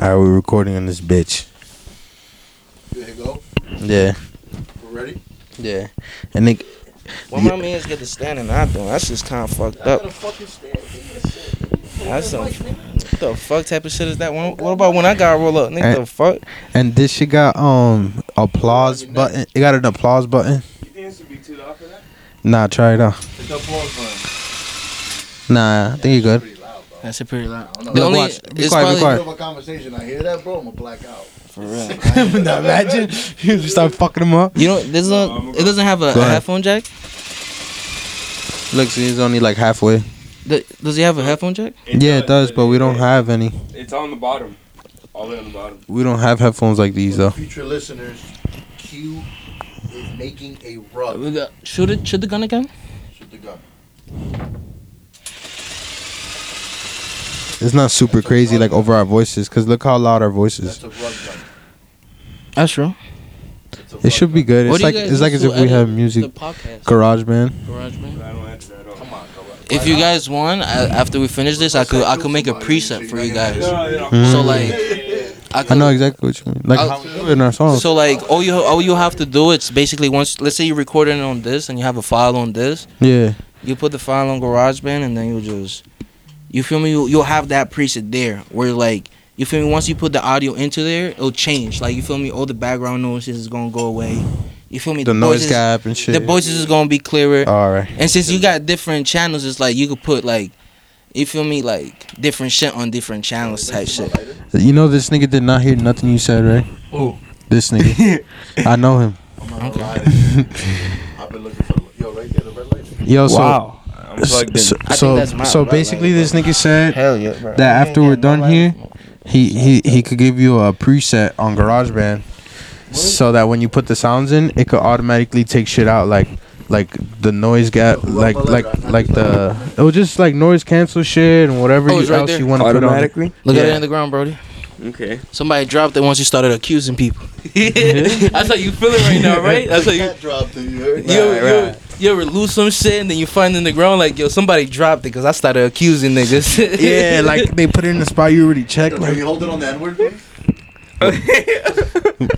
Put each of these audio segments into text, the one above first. All right, we're recording on this bitch. There you go. Yeah, We're ready. yeah. And nigga, When my man's get to standing out though, that's just kind of fucked up. That's some, what the fuck type of shit is that? When, what about when I got roll up? Nigga, the fuck? and this shit got um applause button. It got an applause button. You think this would be too loud for that? Nah, try it out. Hit the applause button. Nah, I think you're good. Pretty loud, bro. That's a pretty lot. I don't know. The Look, only- watch. Be it's quiet. Middle Be probably- quiet. of a conversation, I hear that, bro. I'm gonna black out. For real. Now imagine you just start fucking him up. You know, there's No, no, I'm it doesn't have a, Go a ahead. headphone jack. Look, see, he's only like halfway. Th- Does he have a headphone jack? yeah, it does, but we don't it- have any. It's on the bottom. All the way on the bottom. We don't have headphones like these though. Future listeners, Q is making a rug. Shoot it, shoot the gun again. Shoot the gun. It's not super crazy like over our voices, cause look how loud our voices. That's a rug gun. That's true. It's a It rug should be gun. good. What It's do you like guys it's like as use if to we edit have The music. podcast, Garage band. garage man. I don't have that at all. Come on, come on. If you guys want, I, after we finish this, I could I could make a preset for you guys. No, yeah. Mm. So like, I I could, know exactly what you mean. Like I'll- how we do it in our songs. So like all you all you have to do it's basically once let's say you're recording on this and you have a file on this, Yeah. you put the file on GarageBand and then you just you feel me you, you'll have that preset there where like you feel me once you put the audio into there it'll change like you feel me all the background noises is gonna go away you feel me The noise voices- gap and shit. Oh. the voices is gonna be clearer All right. and since you got different channels it's like you could put like you feel me like different shit on different channels type shit You know this nigga did not hear nothing you said, right? Who? This nigga. I know him. I'm not gonna lie. to you. I've been looking for the yo right there, the red light. Yo, so I'm so plugged in. so, think so, that's my so right basically this nigga said hell yeah bro. that after we're done here, he he he could give you a preset on GarageBand so that when you put the sounds in, it could automatically take shit out like like the noise gap like like like the it was just like noise cancel shit and whatever Oh, you- it's right else there. you want to put on. it. look at Yeah. it in the ground brody Okay. Somebody dropped it once you started accusing people. That's how you feeling right now, right? That's how you. Cat dropped it, you heard? You ever, you ever lose some shit and then you find in the ground like yo somebody dropped it because I started accusing niggas. Yeah, like they put it in the spot you already checked. Can you Like, hold it on the N word? Wait,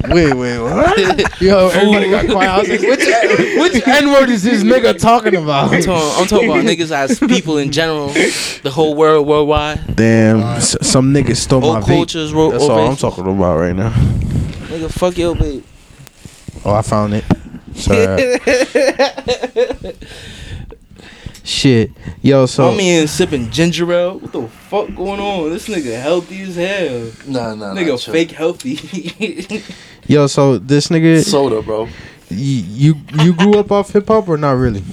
wait, wait, what? Yo, everybody got quiet. I was like, which, which N word is this nigga talking I'm about? talking, I'm talking about niggas as people in general, the whole world worldwide, Damn, s- some niggas stole all Oh, my vape. cultures. Ro- That's all all I'm races. talking about right now. Nigga, fuck your babe. Oh, I found it. Sorry. Shit, yo, so My man sipping ginger ale. What the fuck going on? This nigga healthy as hell. Nah, nah, nigga nah, chill. fake healthy. yo, so this nigga, soda, bro. y- you you grew up off hip hop or not really?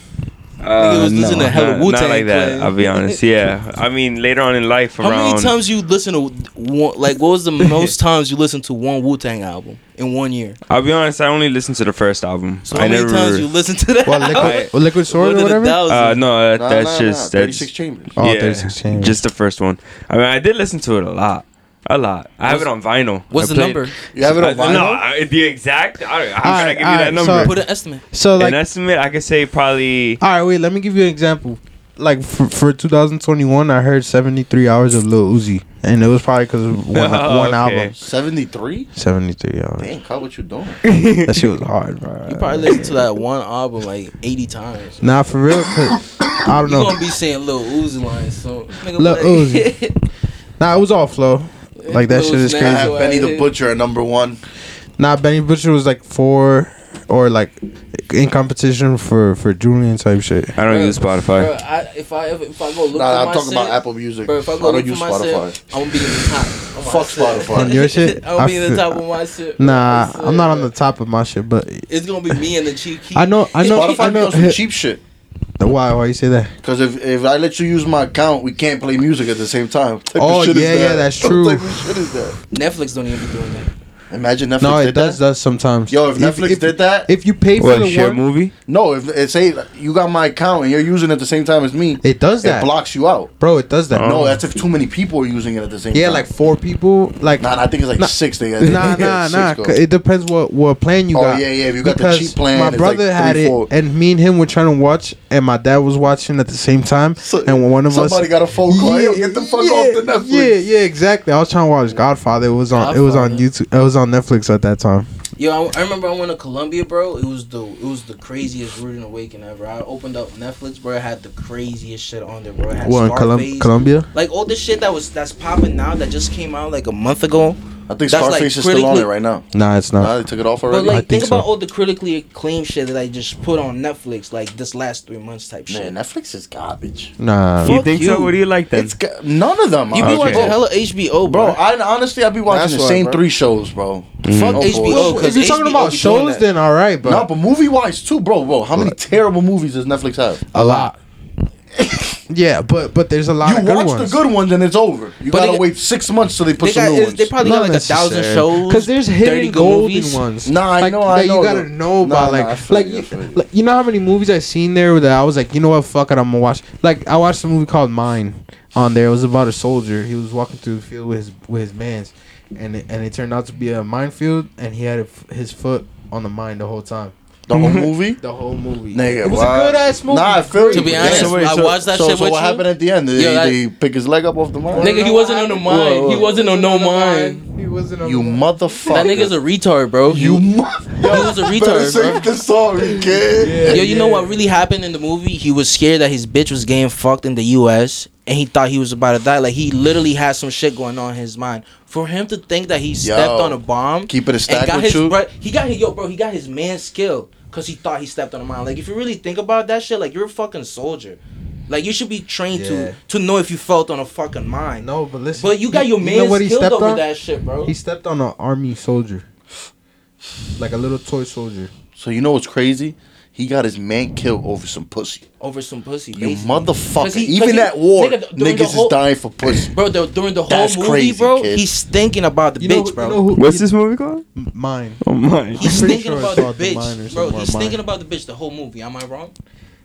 Uh, was listening to hella not- not, Wu-Tang like that. Clan. I'll be honest. Yeah, I mean later on in life, How around many times you listen to one? Like, what was the most times you listened to one Wu Tang album in one year? I'll be honest. I only listened to the first album. So how I many never. times you listened to that? Well, liquid, Alright. or liquid sword More or than a whatever. thousand. uh, no, that, that's just that's 36 chambers. Oh, 36 Chambers. Just the first one. I mean, I did listen to it a lot, a lot. I have it on vinyl. What's I the played- number? You have it on I- vinyl? No, I, the exact. I, I'm All gonna right, give all you right, that number. so- Put an estimate. So like, An estimate, I could say probably. all right, wait, let me give you an example. Like for, for 2021, I heard 73 hours of Lil Uzi, and it was probably because of one, Oh, one okay. album. 73? 73 hours. Dang, Kyle, what you doing? that shit was hard, bro. You probably listened to that one album like eighty times. Nah, for real. 'cause I don't You know. gonna be saying Lil Uzi lines, so nigga, Lil play. Uzi. Nah, it was all flow. Like that shit is Lil crazy. I Snack. have Benny the Butcher at number one. Nah, Benny Butcher was like four or like in competition for for Julian type shit. I don't use Bro, Spotify. I, if I ever, if I go look for Nah, I'm my talking shit, about Apple Music. Bro, if I I go don't look for use my Spotify. shit, I'm gonna be in the top. of my Fuck shit. On Spotify. your shit? I'm gonna be I in the feel- top of my shit. bro. Nah, That's I'm it, not bro. on the top of my shit, but It's gonna be me and the cheap key. I know, I know, I Spotify be know. on some cheap shit. Why? Why you say that? Because if, if I let you use my account, we can't play music at the same time. What type of Oh, shit is yeah, yeah, that? that's What true. type of shit is that? Netflix don't even be doing that. Imagine Netflix No, did it does that. does sometimes. Yo, if Netflix if, did that, if you pay for What the shit one, movie? no, if it say you got my account and you're using it at the same time as me, it does it that, blocks you out. bro. It does that. Oh. No, that's if too many people are using it at the same yeah, time. like four people. Like Nah, nah, I think it's like Nah. six. They got nah, nah, nah. c- It depends what what plan you Oh, got. yeah, yeah, if you got the Because cheap plan, my it's brother like had three, it, four. and me and him were trying to watch, and my dad was watching at the same time, and one of somebody us. got a phone call. Yo, get the fuck yeah, off the Netflix. Yeah, yeah, exactly. I was trying to watch Godfather. It was on. It was on YouTube. It was on Netflix at that time. Yo, I, I remember I went to Colombia, bro. It was the it was the craziest rooting awakening ever. I opened up Netflix, bro. It had the craziest shit on there, bro. It had What in Colum- Scarface. Colombia? like all the shit that was that's popping now that just came out like a month ago. I think That's, like, Scarface is still on critically- it right now. Nah, it's Nah, not. they took it off But already. like, I think think about so. all the critically acclaimed shit that I just put on Netflix, like this last three months type shit. Man, Netflix is garbage. Nah. You Fuck think so? you. What do you like then? It's ga- none of them. you are be Okay. watching hella HBO, Bro, bro. I honestly I be watching That's the why, same bro. three shows, bro. Fuck Oh, HBO. If Because you're talking about shows, then all right, but no, but movie wise too, bro. Bro, how many terrible movies does Netflix have? a lot. yeah, but but there's a lot You of good watch ones. the good ones and it's over. You But they gotta got- wait six months till they put they some got new is- ones. they probably got like a thousand shows. Because there's 30 hidden good golden movies. ones. Nah, I like, know, I that know, You gotta though. know Nah, about nah, like, I feel like, you, I feel you. like you know how many movies I seen there that I was like, you know what, fuck it, I'm gonna watch. Like I watched a movie called Mine on there. It was about a soldier. He was walking through the field with his with his man's, and it, and it turned out to be a minefield, and he had a f his foot on the mine the whole time. The whole movie? The whole movie. Nigga, it was wow. a good ass movie. Nah, I feel you. To be but honest, damn. wait, I so- watched that so, shit so with what you. happened at the end? Did Yeah, they pick his leg up off the mine? Nigga, he wasn't on the Whoa, mine. He whoa. wasn't on no mine. He wasn't on You the- motherfucker. That nigga's a retard, bro. You He- motherfucker. He was a Better retard, sing bro. the song, kid. Yo, you know what really happened in the movie? He was scared that his bitch was getting fucked in the U.S. and he thought he was about to die. Like he literally had some shit going on in his mind. For him to think that he stepped on a bomb Keep it a and stack got with his you. bro, he got his yo, bro, he got his man skill because he thought he stepped on a bomb. Like if you really think about that shit, like you're a fucking soldier. Like you should be trained Yeah. to to know if you felt on a fucking mine. No, but listen. But you got your man know what he skilled stepped over on? that shit, bro. He stepped on an army soldier, like a little toy soldier. So you know what's crazy? He got his man killed over some pussy. over some pussy. You basically. 'Cause motherfucker. he- 'cause Even he- at war, nigga, during the niggas whole- is dying for pussy. Bro, the, during the whole That's movie, crazy, bro, kid. he's thinking about the bitch, bro. who, What's this movie called? Mine. Oh my. he's I'm pretty thinking sure it's about the called The Mine or bitch, bro. something, He's or thinking Mine. about the bitch the whole movie. Am I wrong?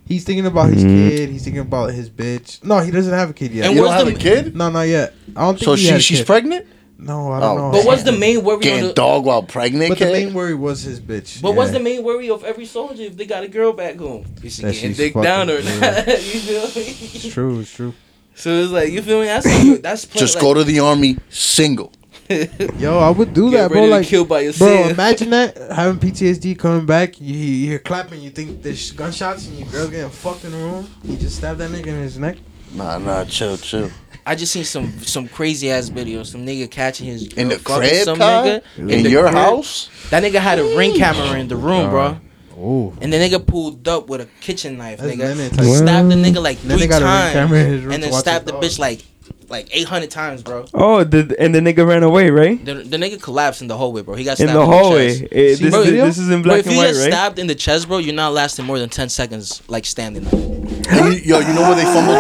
He's thinking about his Mm-hmm. kid. He's thinking about his bitch. No, he doesn't have a kid yet. And You don't what's have the- a kid? no, not yet. I don't think. So he had she a she's kid. pregnant? No, I don't Oh, know. But what's the main worry? On Getting the, dog while pregnant, But the kid? main worry was his bitch. But what's yeah. the main worry of every soldier if they got a girl back home? Is she That getting she's dick fucking down or good. not? you feel me? It's true. It's true. So it's like you feel me? That's that's play, Just like, go to the army single. Yo, I would do get that, bro. ready to Like, kill bro, by yourself. imagine that having PTSD coming back. You, you hear clapping. You think there's gunshots and your girl getting fucked in the room. You just stab that nigga in his neck. Nah, nah, chill, chill. I just seen some some crazy ass video. Some nigga catching his In girl the fucking crib, some Kai? nigga In, the your crib. house? That nigga had a ring camera in the room, bro. Oh, And the nigga pulled up with a kitchen knife, That's nigga. lemon type. Stabbed the nigga like Then they three got a ring camera in his times, room and to then watch stabbed his the dog. bitch like like eight hundred times, bro. Oh, the, and the nigga ran away, right? The, the nigga collapsed in the hallway, bro. He got In stabbed the In hallway. the chest. Eh, this, Bro, is, video? this is in Bro, black if and you white, get right? stabbed in the chest, bro, you're not lasting more than ten seconds, like standing. There. Yo, you- yo, you know where they fumbled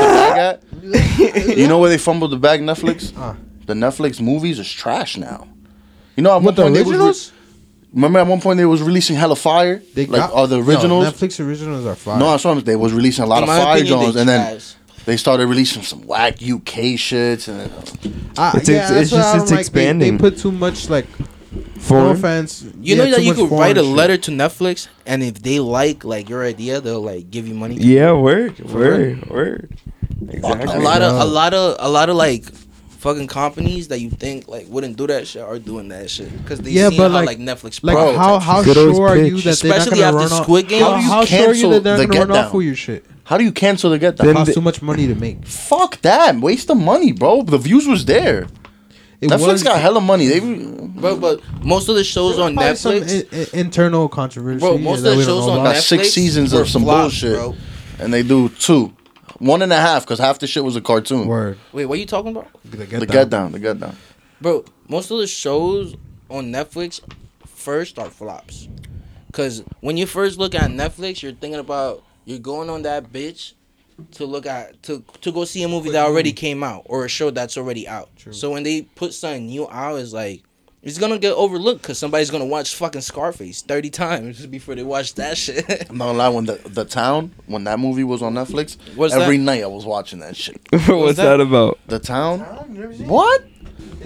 the bag at? You know where they fumbled the bag? Netflix. Uh. The Netflix movies is trash now. You know, at What, one the point they was re- originals? remember at one point they was releasing Hella Fire, They like got- all the No, originals. Netflix originals are fire. No, that's what I'm saying. They was releasing a lot of Fire Jones, and then trash. they started releasing some whack UK shits. And Ah, It's- it's- that's it's what just- I don't it's like. They- They, expanding. put too much like no Four. offense. you know that you could write a letter to Netflix, and if they like like your idea, they'll like give you money. Yeah, word, word, word. Exactly. a lot of a lot of a lot of like fucking companies that you think like wouldn't do that shit are doing that shit because they Yeah, see but, how like- like, Netflix Like profits how and how Good old sure are you pitch. that they're not Especially gonna after run off? Squid Game. How, How do you how sure are you cancel that they're the not gonna Get run off Down? with your shit? How do you cancel the Get It Down? costs the- too much money to make. Fuck that! Waste of money, bro. The views was there. It Netflix was, got hella money. They Bro, but most of the shows on probably some Netflix, i- i- internal controversy. Bro, most that of the we don't shows know on about. got six Netflix seasons were of some flops, bullshit, bro. and they do two, one and a half because half the shit was a cartoon. Word. wait, what are you talking about, The get, the Get Down, the Get Down. bro? Most of the shows on Netflix first are flops, cause when you first look at Netflix, you're thinking about you're going on that bitch to look at to to go see a movie that already came out or a show that's already out. So when they put something new out, it's like It's gonna get overlooked because somebody's gonna watch fucking Scarface thirty times before they watch that shit. I'm not gonna lie. When the the town, when that movie was on Netflix, What's every that? night I was watching that shit. What's that about? The town What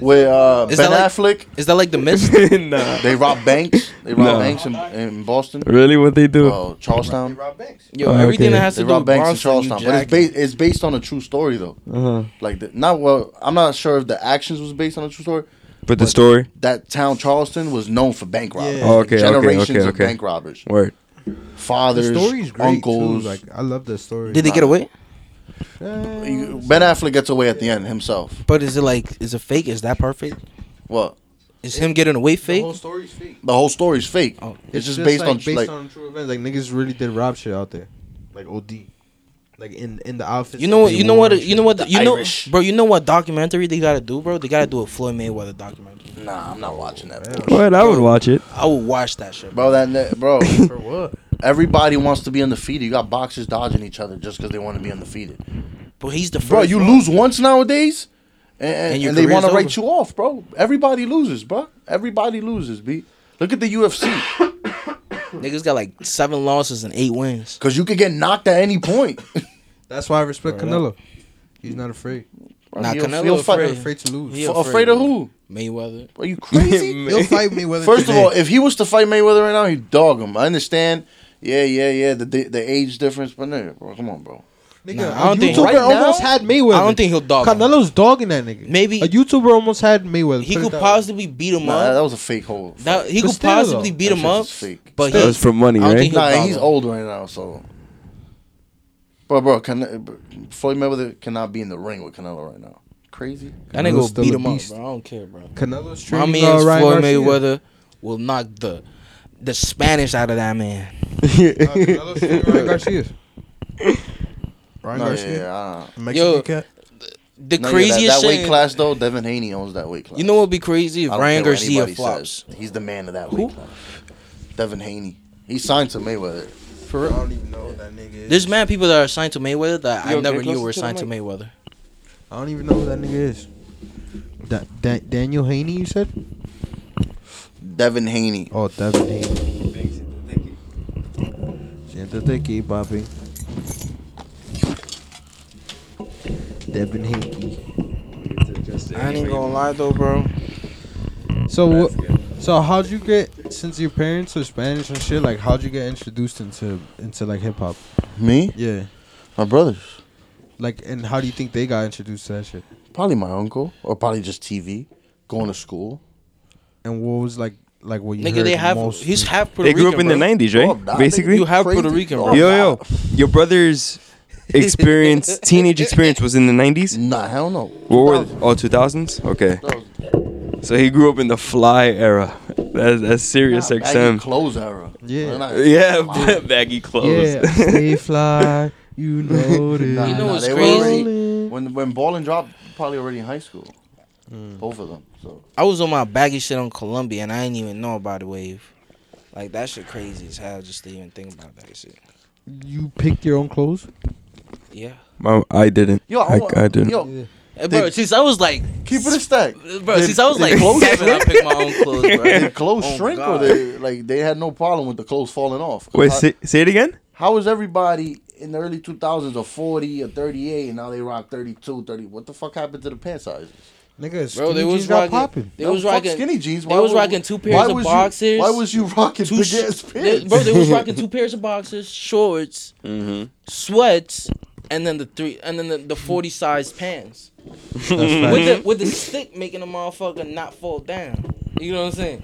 with uh, Is Ben that Affleck. is that? Like the mist? nah. They rob banks. They rob No. banks in, in Boston. Really, what they do? Uh, Charlestown. Rob Banks. Yo, Oh, everything okay. that has They to do rob with banks in Bronson, you Charlestown, but it's jack- based it's based on a true story though. Uh-huh. Like the, not well, I'm not sure if the actions was based on a true story. But the story. That town Charleston was known for bank robbers. Yeah. Oh, Okay, okay, generations okay, of okay. bank robbers, Word. The fathers, story's great uncles. too. Like I love the story. Eh. Did they get away? You- ben Affleck gets away at the end himself. But is it like is it fake? Is that part fake? Well, Is him getting away the fake? whole story's fake? the whole story's fake. Oh. it's, just, based like, on based like on true events. Like niggas really did rob shit out there, like OD, like in in the outfits. You know what? that You they know wore what? and You know what? You know, Irish. bro. You know what documentary they gotta do, bro? They gotta do a Floyd Mayweather documentary. Nah, I'm not watching that. Yeah. bullshit. What? I would watch it. I would watch that shit, bro. Bro, that ne- bro, shit. for what? everybody wants to be undefeated. You got boxers dodging each other just because they want to be undefeated. But he's the first Bro, you one. lose once nowadays, and, and, And your and they career's want to write over. you off, bro. Everybody loses, bro. Everybody loses, B. Look at the UFC. Niggas got like seven losses and eight wins. Because you could get knocked at any point. That's why I respect Canelo. He's not afraid. Bro, Nah, you'll- Canelo you'll He's fight- not afraid. afraid to lose. He F- afraid of who? Mayweather. Are you crazy? He'll fight me whether. First of today. all, if he was to fight Mayweather right now, he'd dog him. I understand. Yeah, yeah, yeah. The the, the age difference, but no, bro, come on, bro. nigga, Nah, I don't a think- YouTuber Right now- almost had Mayweather. I don't think he'll dog him. Canelo's dogging that nigga. Maybe- a YouTuber almost had Mayweather. He Put it could that way. possibly beat him Nah, that, up. was a fake hold. That, he But could still, though, possibly beat that him shit up. was fake. But That was he, for money, I don't right? think Nah, and problem. he's old right now, so. Bro, bro, can, bro, Floyd Mayweather cannot be in the ring with Canelo right now. Crazy. that Canelo's nigga will still beat a him up, beast. bro. I don't care, bro. Canelo's My training. man uh, Ryan Floyd Garcia. Mayweather will knock the the Spanish out of that man. Uh, Canelo's training Ryan Garcia. Ryan No, yeah, Garcia. yeah, I don't know. Mexican Yo, cat. The No, yeah, craziest that, that shit. weight class though. Devin Haney owns that weight class. You know what would be crazy if I don't Ryan care what Garcia anybody flops? says. He's the man of that Who? weight class. Devin Haney. He signed to Mayweather. For real. I don't even know who that nigga is. There's mad people that are signed to Mayweather that Yo, I never get knew closer were to the signed to Mayweather. I don't even know who that nigga is. Da- da- Daniel Haney, you said? Devin Haney. Oh, Devin Haney. Santa Tiki, Bobby. Devin Haney. I ain't gonna lie though, bro. So, wh- so how'd you get? Since your parents are Spanish and shit, like how'd you get introduced into into like hip hop? Me? Yeah. My brothers. Like, and how do you think they got introduced to that shit? Probably my uncle, or probably just TV. Going to school. And what was like, like what you Nigga, heard they have most? he's half Puerto They grew up Rican, in the bro. '90s, Oh, nah, right? nigga, Basically. You have Puerto Crazy. Rican, Oh, bro. Yo, yo, your brother's experience, teenage experience, was in the '90s. Nah, hell no. What were the, oh 2000s? Okay, so he grew up in the Fly era. That's that's serious Nah, baggy XM. Clothes era. Yeah. Nah, Yeah, nah, baggy clothes. yeah, stay fly, you know this. nah, You know what's they were crazy? already- when when ball and drop, probably already in high school. Mm. Both of them. So I was on my baggy shit on Columbia and I didn't even know about the wave. Like that shit crazy as hell just to even think about that shit. You picked your own clothes. Yeah. Mom, I didn't. yo, I, I, wa- I didn't. Yo, Hey, bro, Did- since I was like keep it a stack. bro, since I was like clothes seven, I picked my own clothes, bro. Did clothes Oh, shrink God. or they like they had no problem with the clothes falling off? Wait, How- say, say it again. How is everybody in the early 2000s a 40 or 38 and now they rock 32, 30? What the fuck happened to the pant sizes? Nigga, Bro, they was got rocking. popping. They No, was fuck rocking skinny jeans. They was would- rocking two pairs why of was you- boxers. why was you rocking two big sh- ass they, pants? bro? They was rocking two pairs of boxers, shorts, Mm-hmm. sweats, and then the three and then the, the forty size pants with Mm-hmm. the with the stick making the motherfucker not fall down. You know what I'm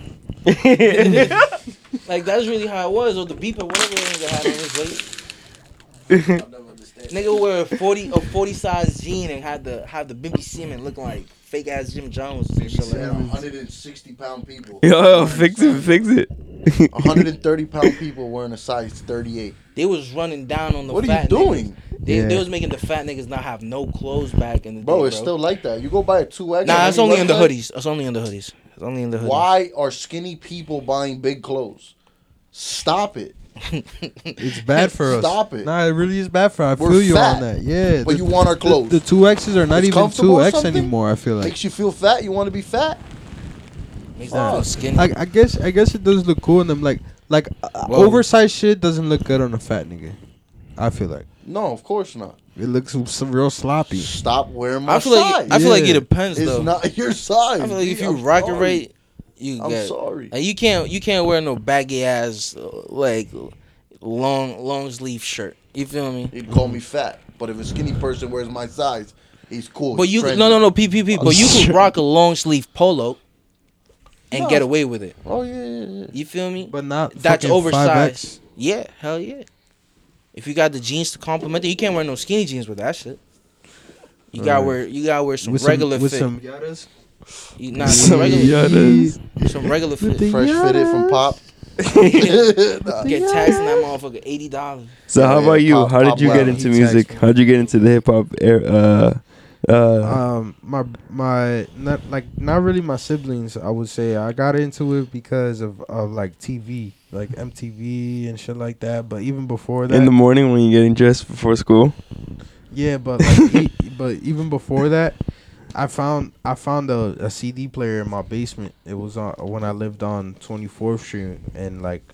saying? like that's really how it was, or the beeper, whatever it was that had on his waist. Nigga would wear a forty a forty size jean and had the had the baby semen looking like fake ass Jim Jones and shit like that. 160 pound people. Yo, yo, fix it, fix it. 130 pound people wearing a size 38. They was running down on the What are you fat niggas. doing? They, they Yeah. was making the fat niggas not have no clothes back in the Bro, day, it's still like that. You go buy a 2X. nah. on It's any only in the website, hoodies. It's only in the hoodies. It's only in the hoodies. Why are skinny people buying big clothes? Stop it. It's bad for us. Stop it. Nah, it really is bad for. us. I We're feel you fat, on that. Yeah, But you want our clothes. The two X's are not It's even comfortable two or X something? anymore. I feel like Makes you feel fat. You want to be fat. Makes them feel skinny. I, I guess I guess it does look cool, and I'm like like uh, Whoa. oversized shit doesn't look good on a fat nigga. I feel like No, of course not. it looks s- real sloppy. Stop wearing my I feel like size. I feel like it Yeah. depends it's though. not your size. I feel like if B. you I'm rock it sorry. right, you I'm got. sorry. Like you can't you can't wear no baggy ass uh, like long long sleeve shirt. You feel me? He'd call me fat, but if a skinny person wears my size, he's cool. But he's you could- trendy. no no no PPP. But you Sure. could rock a long sleeve polo and No. get away with it. Oh yeah, yeah, yeah. You feel me? But not That's fucking 5X. oversized. Yeah, hell yeah. If you got the jeans to complement it, you can't wear no skinny jeans with that shit. You gotta Right. wear you gotta wear some regular with fit. some yadas. you, nah, some regular Yadas. some regular fit. Fresh fitted from Pop. Nah. Get taxed in that motherfucker eighty dollars. So how Yeah, about you? Pop- how did Pop you get Warner. into He texted music? me. How'd you get into the hip hop era? Uh, uh, um my my not like not really my siblings i would say i got into it because of, of like tv like mtv and shit like that but even before that in the morning when you're getting dressed before school. yeah but like, e- but even before that i found i found a, a cd player in my basement it was on when i lived on 24th street and like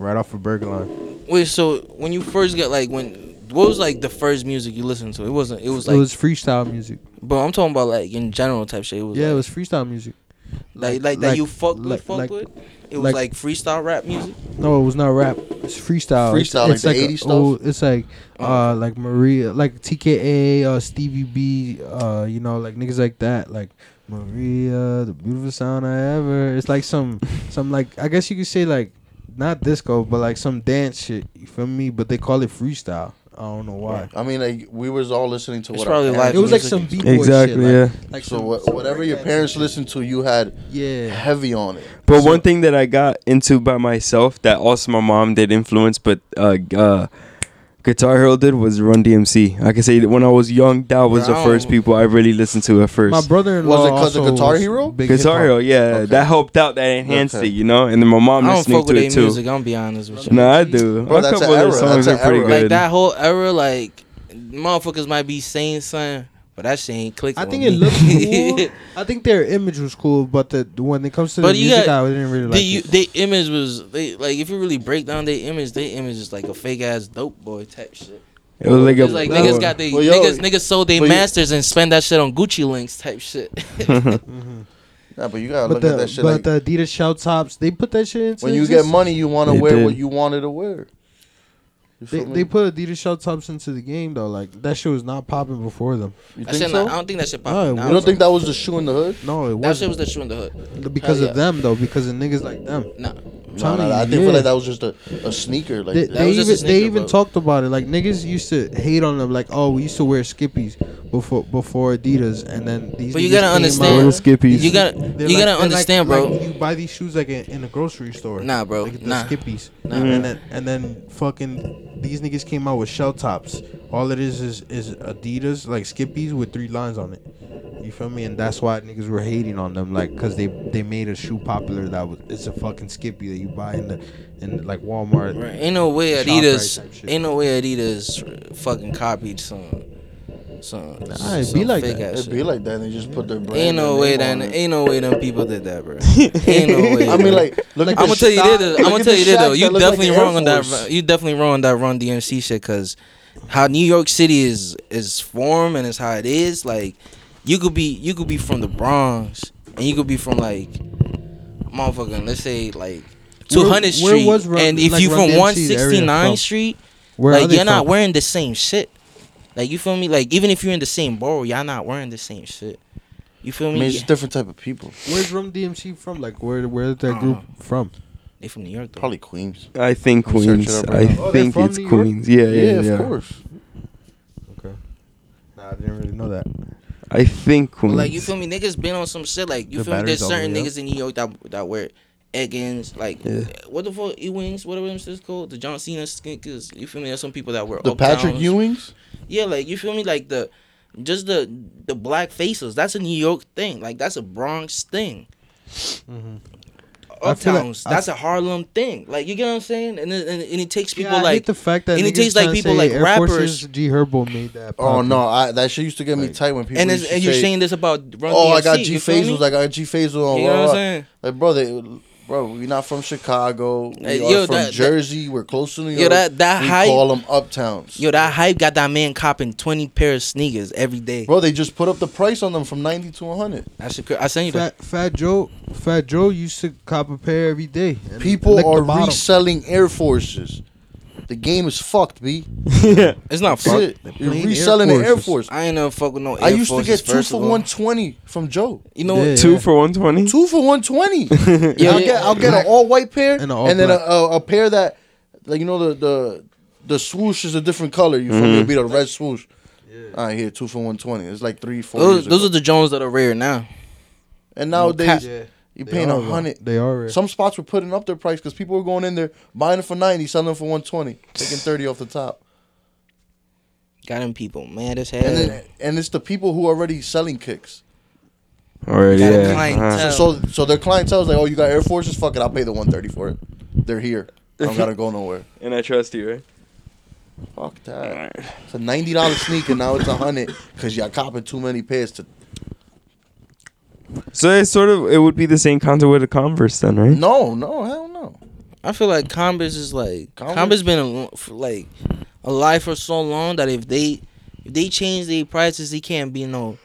right off of burger line Wait, so when you first get like when what was like the first music you listened to? It wasn't. It was like. it was freestyle music but I'm talking about like in general type shit. It was yeah like, it was freestyle music like, like, that you fucked like- with. Fucked like- with. It was like- like, freestyle rap music. No, it was not rap. It's freestyle. It's- Freestyle, like it's the a 80s stuff? old- it's like uh like Maria, like TKA, uh, Stevie B, uh, you know, like niggas like that, like Maria, the beautiful sound I ever. It's like some some like I guess you could say like not disco, but like some dance shit. You feel me? But they call it freestyle. I don't know why. I mean, like, we was all listening to It's what probably our live parents It was like music. some beat Exactly, Shit, yeah. like, like So some- what, some whatever your breakdance parents shit. listened to, you had Yeah. heavy on it. But one thing that I got into by myself that also my mom did influence, but uh, g- uh, Guitar Hero did was Run DMC. I can say that when I was young, that was the Wow. first people I really listened to at first. My brother-in-law Was it 'cause of also Guitar was Hero? big Guitar hip-hop. Hero, yeah, Okay. that helped out, that enhanced Okay. it, you know. And then my mom I don't listening fuck to with their it too. music. I'm gonna be honest with you. No, I do. Bro, a that's couple an of era, their songs that's are an pretty era. good. Like that whole era, like motherfuckers might be saying something, but that shit ain't clicking. I think it with looked me. cool. I think their image was cool, but the when it comes to the But you music, got- I didn't really like. They, you, it. they image was they like if you really break down their image, their image is like a fake ass dope boy type shit. It was like a It's like well, niggas got they well, yo, niggas niggas sold their but you- masters and spend that shit on Gucci links type shit. Nah, but you gotta But look the at that shit. but Like, the Adidas shell tops, they put that shit into. when you get exist- money, you want to They wear did. what you wanted to wear. You they, feel me? they put Adidas shell tops into the game though. Like that shit was not popping before them. you That think shit so? not- I don't think that shit No, popping. it now, you don't bro. think that was the shoe in the hood? No, it that wasn't shit was the shoe in the hood? because hell of yeah. them though. Because of niggas like them. Nah, No, Telling no, no, I you, think yeah. feel like that was just a, a sneaker. Like They, that. they was just a even they sneaker, even bro. talked about it. Like niggas used to hate on them. Like oh, we used to wear Skippies before before Adidas, and then these. But you niggas gotta came out- understand- Little Skippies. you gotta They're you like- gotta they're understand, like, bro. Like you buy these shoes like in, in a grocery store. Nah, bro. Like the Nah. Skippies. Nah. And then and then fucking these niggas came out with shell tops. All it is is is Adidas like Skippies with three lines on it. You feel me? And that's why niggas were hating on them, like, cause they they made a shoe popular that was it's a fucking Skippy that you buy in the in like Walmart. Right. Ain't no way Shop Adidas. right type shit. Ain't no way Adidas fucking copied some. Nah, Some. it be some like fake that. ass It'd shit. be like that. and They just put their brand. Ain't no their way name that. on it. Ain't no way them people did that, bro. ain't no way. I mean, like, look at I'm gonna the tell you shot- this. I'm look gonna at tell the you this shots though. You look like definitely the Air wrong on that. Force. Run, you definitely wrong on that Run DMC shit because how New York City is is formed and it's how it is. Like you could be you could be from the Bronx and you could be from like motherfucking let's say like. Where- 200 where Street, was Run- and if like you Run from DMC's area 169 from? Street, Where are like they you're not from? wearing the same shit. Like you feel me? Like even if you're in the same borough, y'all not wearing the same shit. You feel I me? mean, it's different type of people. Where's Rum DMC from? Like where where's that Uh, group from? they from New York though. Probably Queens. I think I'm searching Queens. up right now. I Oh, they're think from it's New York? Queens. Yeah, yeah, yeah. of course. Nah, I didn't really know that. I think Queens. But, like you feel me? Niggas been on some shit. Like you The feel me? batteries There's all certain the way niggas in New York that that wear Eggins, like Yeah. what the fuck Ewings, whatever them shit's called, the John Cena skinkers. You feel me? There's some people that wear The Patrick Uptowns. Ewings. Yeah, like you feel me? Like the just the the black faces. That's a New York thing. Like that's a Bronx thing. Mm-hmm. I feel like- uptowns. That's a Harlem thing. Like you get what I'm saying? And then- and, and it takes people yeah, I like hate the fact that and it niggas takes, like, tryna people say like Air Forces rappers- G Herbo made that. Oh popular. no, I, that shit used to get me tight when people. and it's, used to and you're say, saying this about Run "Oh, I DMC, got G you feel me? Fazel, I got G Fazel on." You blah, know what I'm blah." saying? Like, bro, they, bro, we not from Chicago. We Hey, are yo, from that- that- Jersey. We're close to New York. Yo, that that we hype. call them uptowns. Yo, that hype got that man copping twenty pair of sneakers every day. Bro, they just put up the price on them from ninety to one hundred. I should. I send you that. Fat, Fat Joe, Fat Joe used to cop a pair every day. and People lick the are bottom. reselling Air Forces. The game is fucked, b. It's not That's fuck. it. You're plain Air reselling the Air Force. Forces. I ain't never fuck with no. Air I used to get Forces, two first for of all. one twenty from Joe. You know what? Yeah. Two for one twenty. Two for one twenty. Yeah, I'll yeah. get I'll get an all white pair and, And an all then a, black. a, a pair that like you know the the the swoosh is a different color. You feel me? It'll be the red swoosh. I hear two for one twenty. It's like three, four. Those, years those ago. are the Jones that are rare now. and nowadays Yeah. you're They paying are a rare. hundred. They are rare. Some spots were putting up their price because people were going in there buying it for ninety, selling it for one twenty, taking thirty off the top. Got them people mad as hell. And then and it's the people who are already selling kicks. Already, Got a yeah. clientele. Uh-huh. So so their clientele is like, oh, you got Air Forces? Fuck it, I'll pay the one thirty for it. They're here. I don't gotta go nowhere. And I trust you, right? Fuck that. It's a ninety dollar sneaker now. It's a hundred because y'all copping too many pairs to. So it's sort of it would be the same concept with a Converse, then, right? No, no, hell no. I feel like Converse is like Converse- Converse, been al- for like alive for so long that if they if they change their prices, it can't be no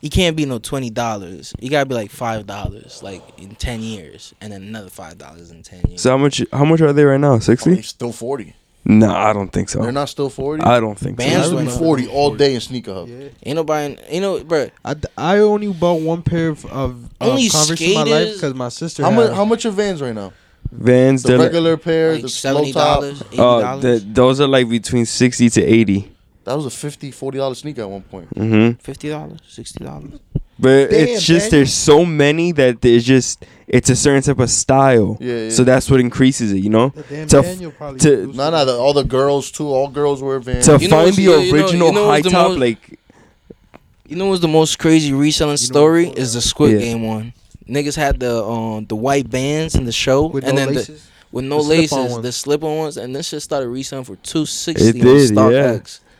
it can't be no twenty dollars. It gotta be like five dollars, like in ten years, and then another five dollars in ten years. So how much? How much are they right now? Oh, they Sixty? still forty. No, I don't think so. They're not still forty. I don't think Bands so. I'd be Absolutely. forty all day in sneaker hub. Yeah. ain't nobody, ain't no, bro. I, d- I only bought one pair of, of, of Only Converse in my life skaters- because my sister. How had much? them. How much are Vans right now? Vans. The they're like- regular pair, Like the slow seventy top. dollars, eighty Uh, dollars, th- those are like between sixty to eighty. That was a 50 forty dollar sneaker at one point. Mm-hmm. fifty dollars, sixty dollars. But Damn, it's just man. there's so many that there's just it's a certain type of style. Yeah, yeah. So that's what increases it, you know. The damn To f- Daniel probably to- used No, no, the, all the girls too. All girls wear Vans. To You know find what's- the you know- you know- original you know high what's the top, most- like You know what's the most crazy reselling story is the Squid Yeah. Game one. Niggas had the um the white bands in the show, with and no then the- laces. with no The slip-on laces, ones. the slip on ones, and this shit started reselling for two sixty. It did, yeah.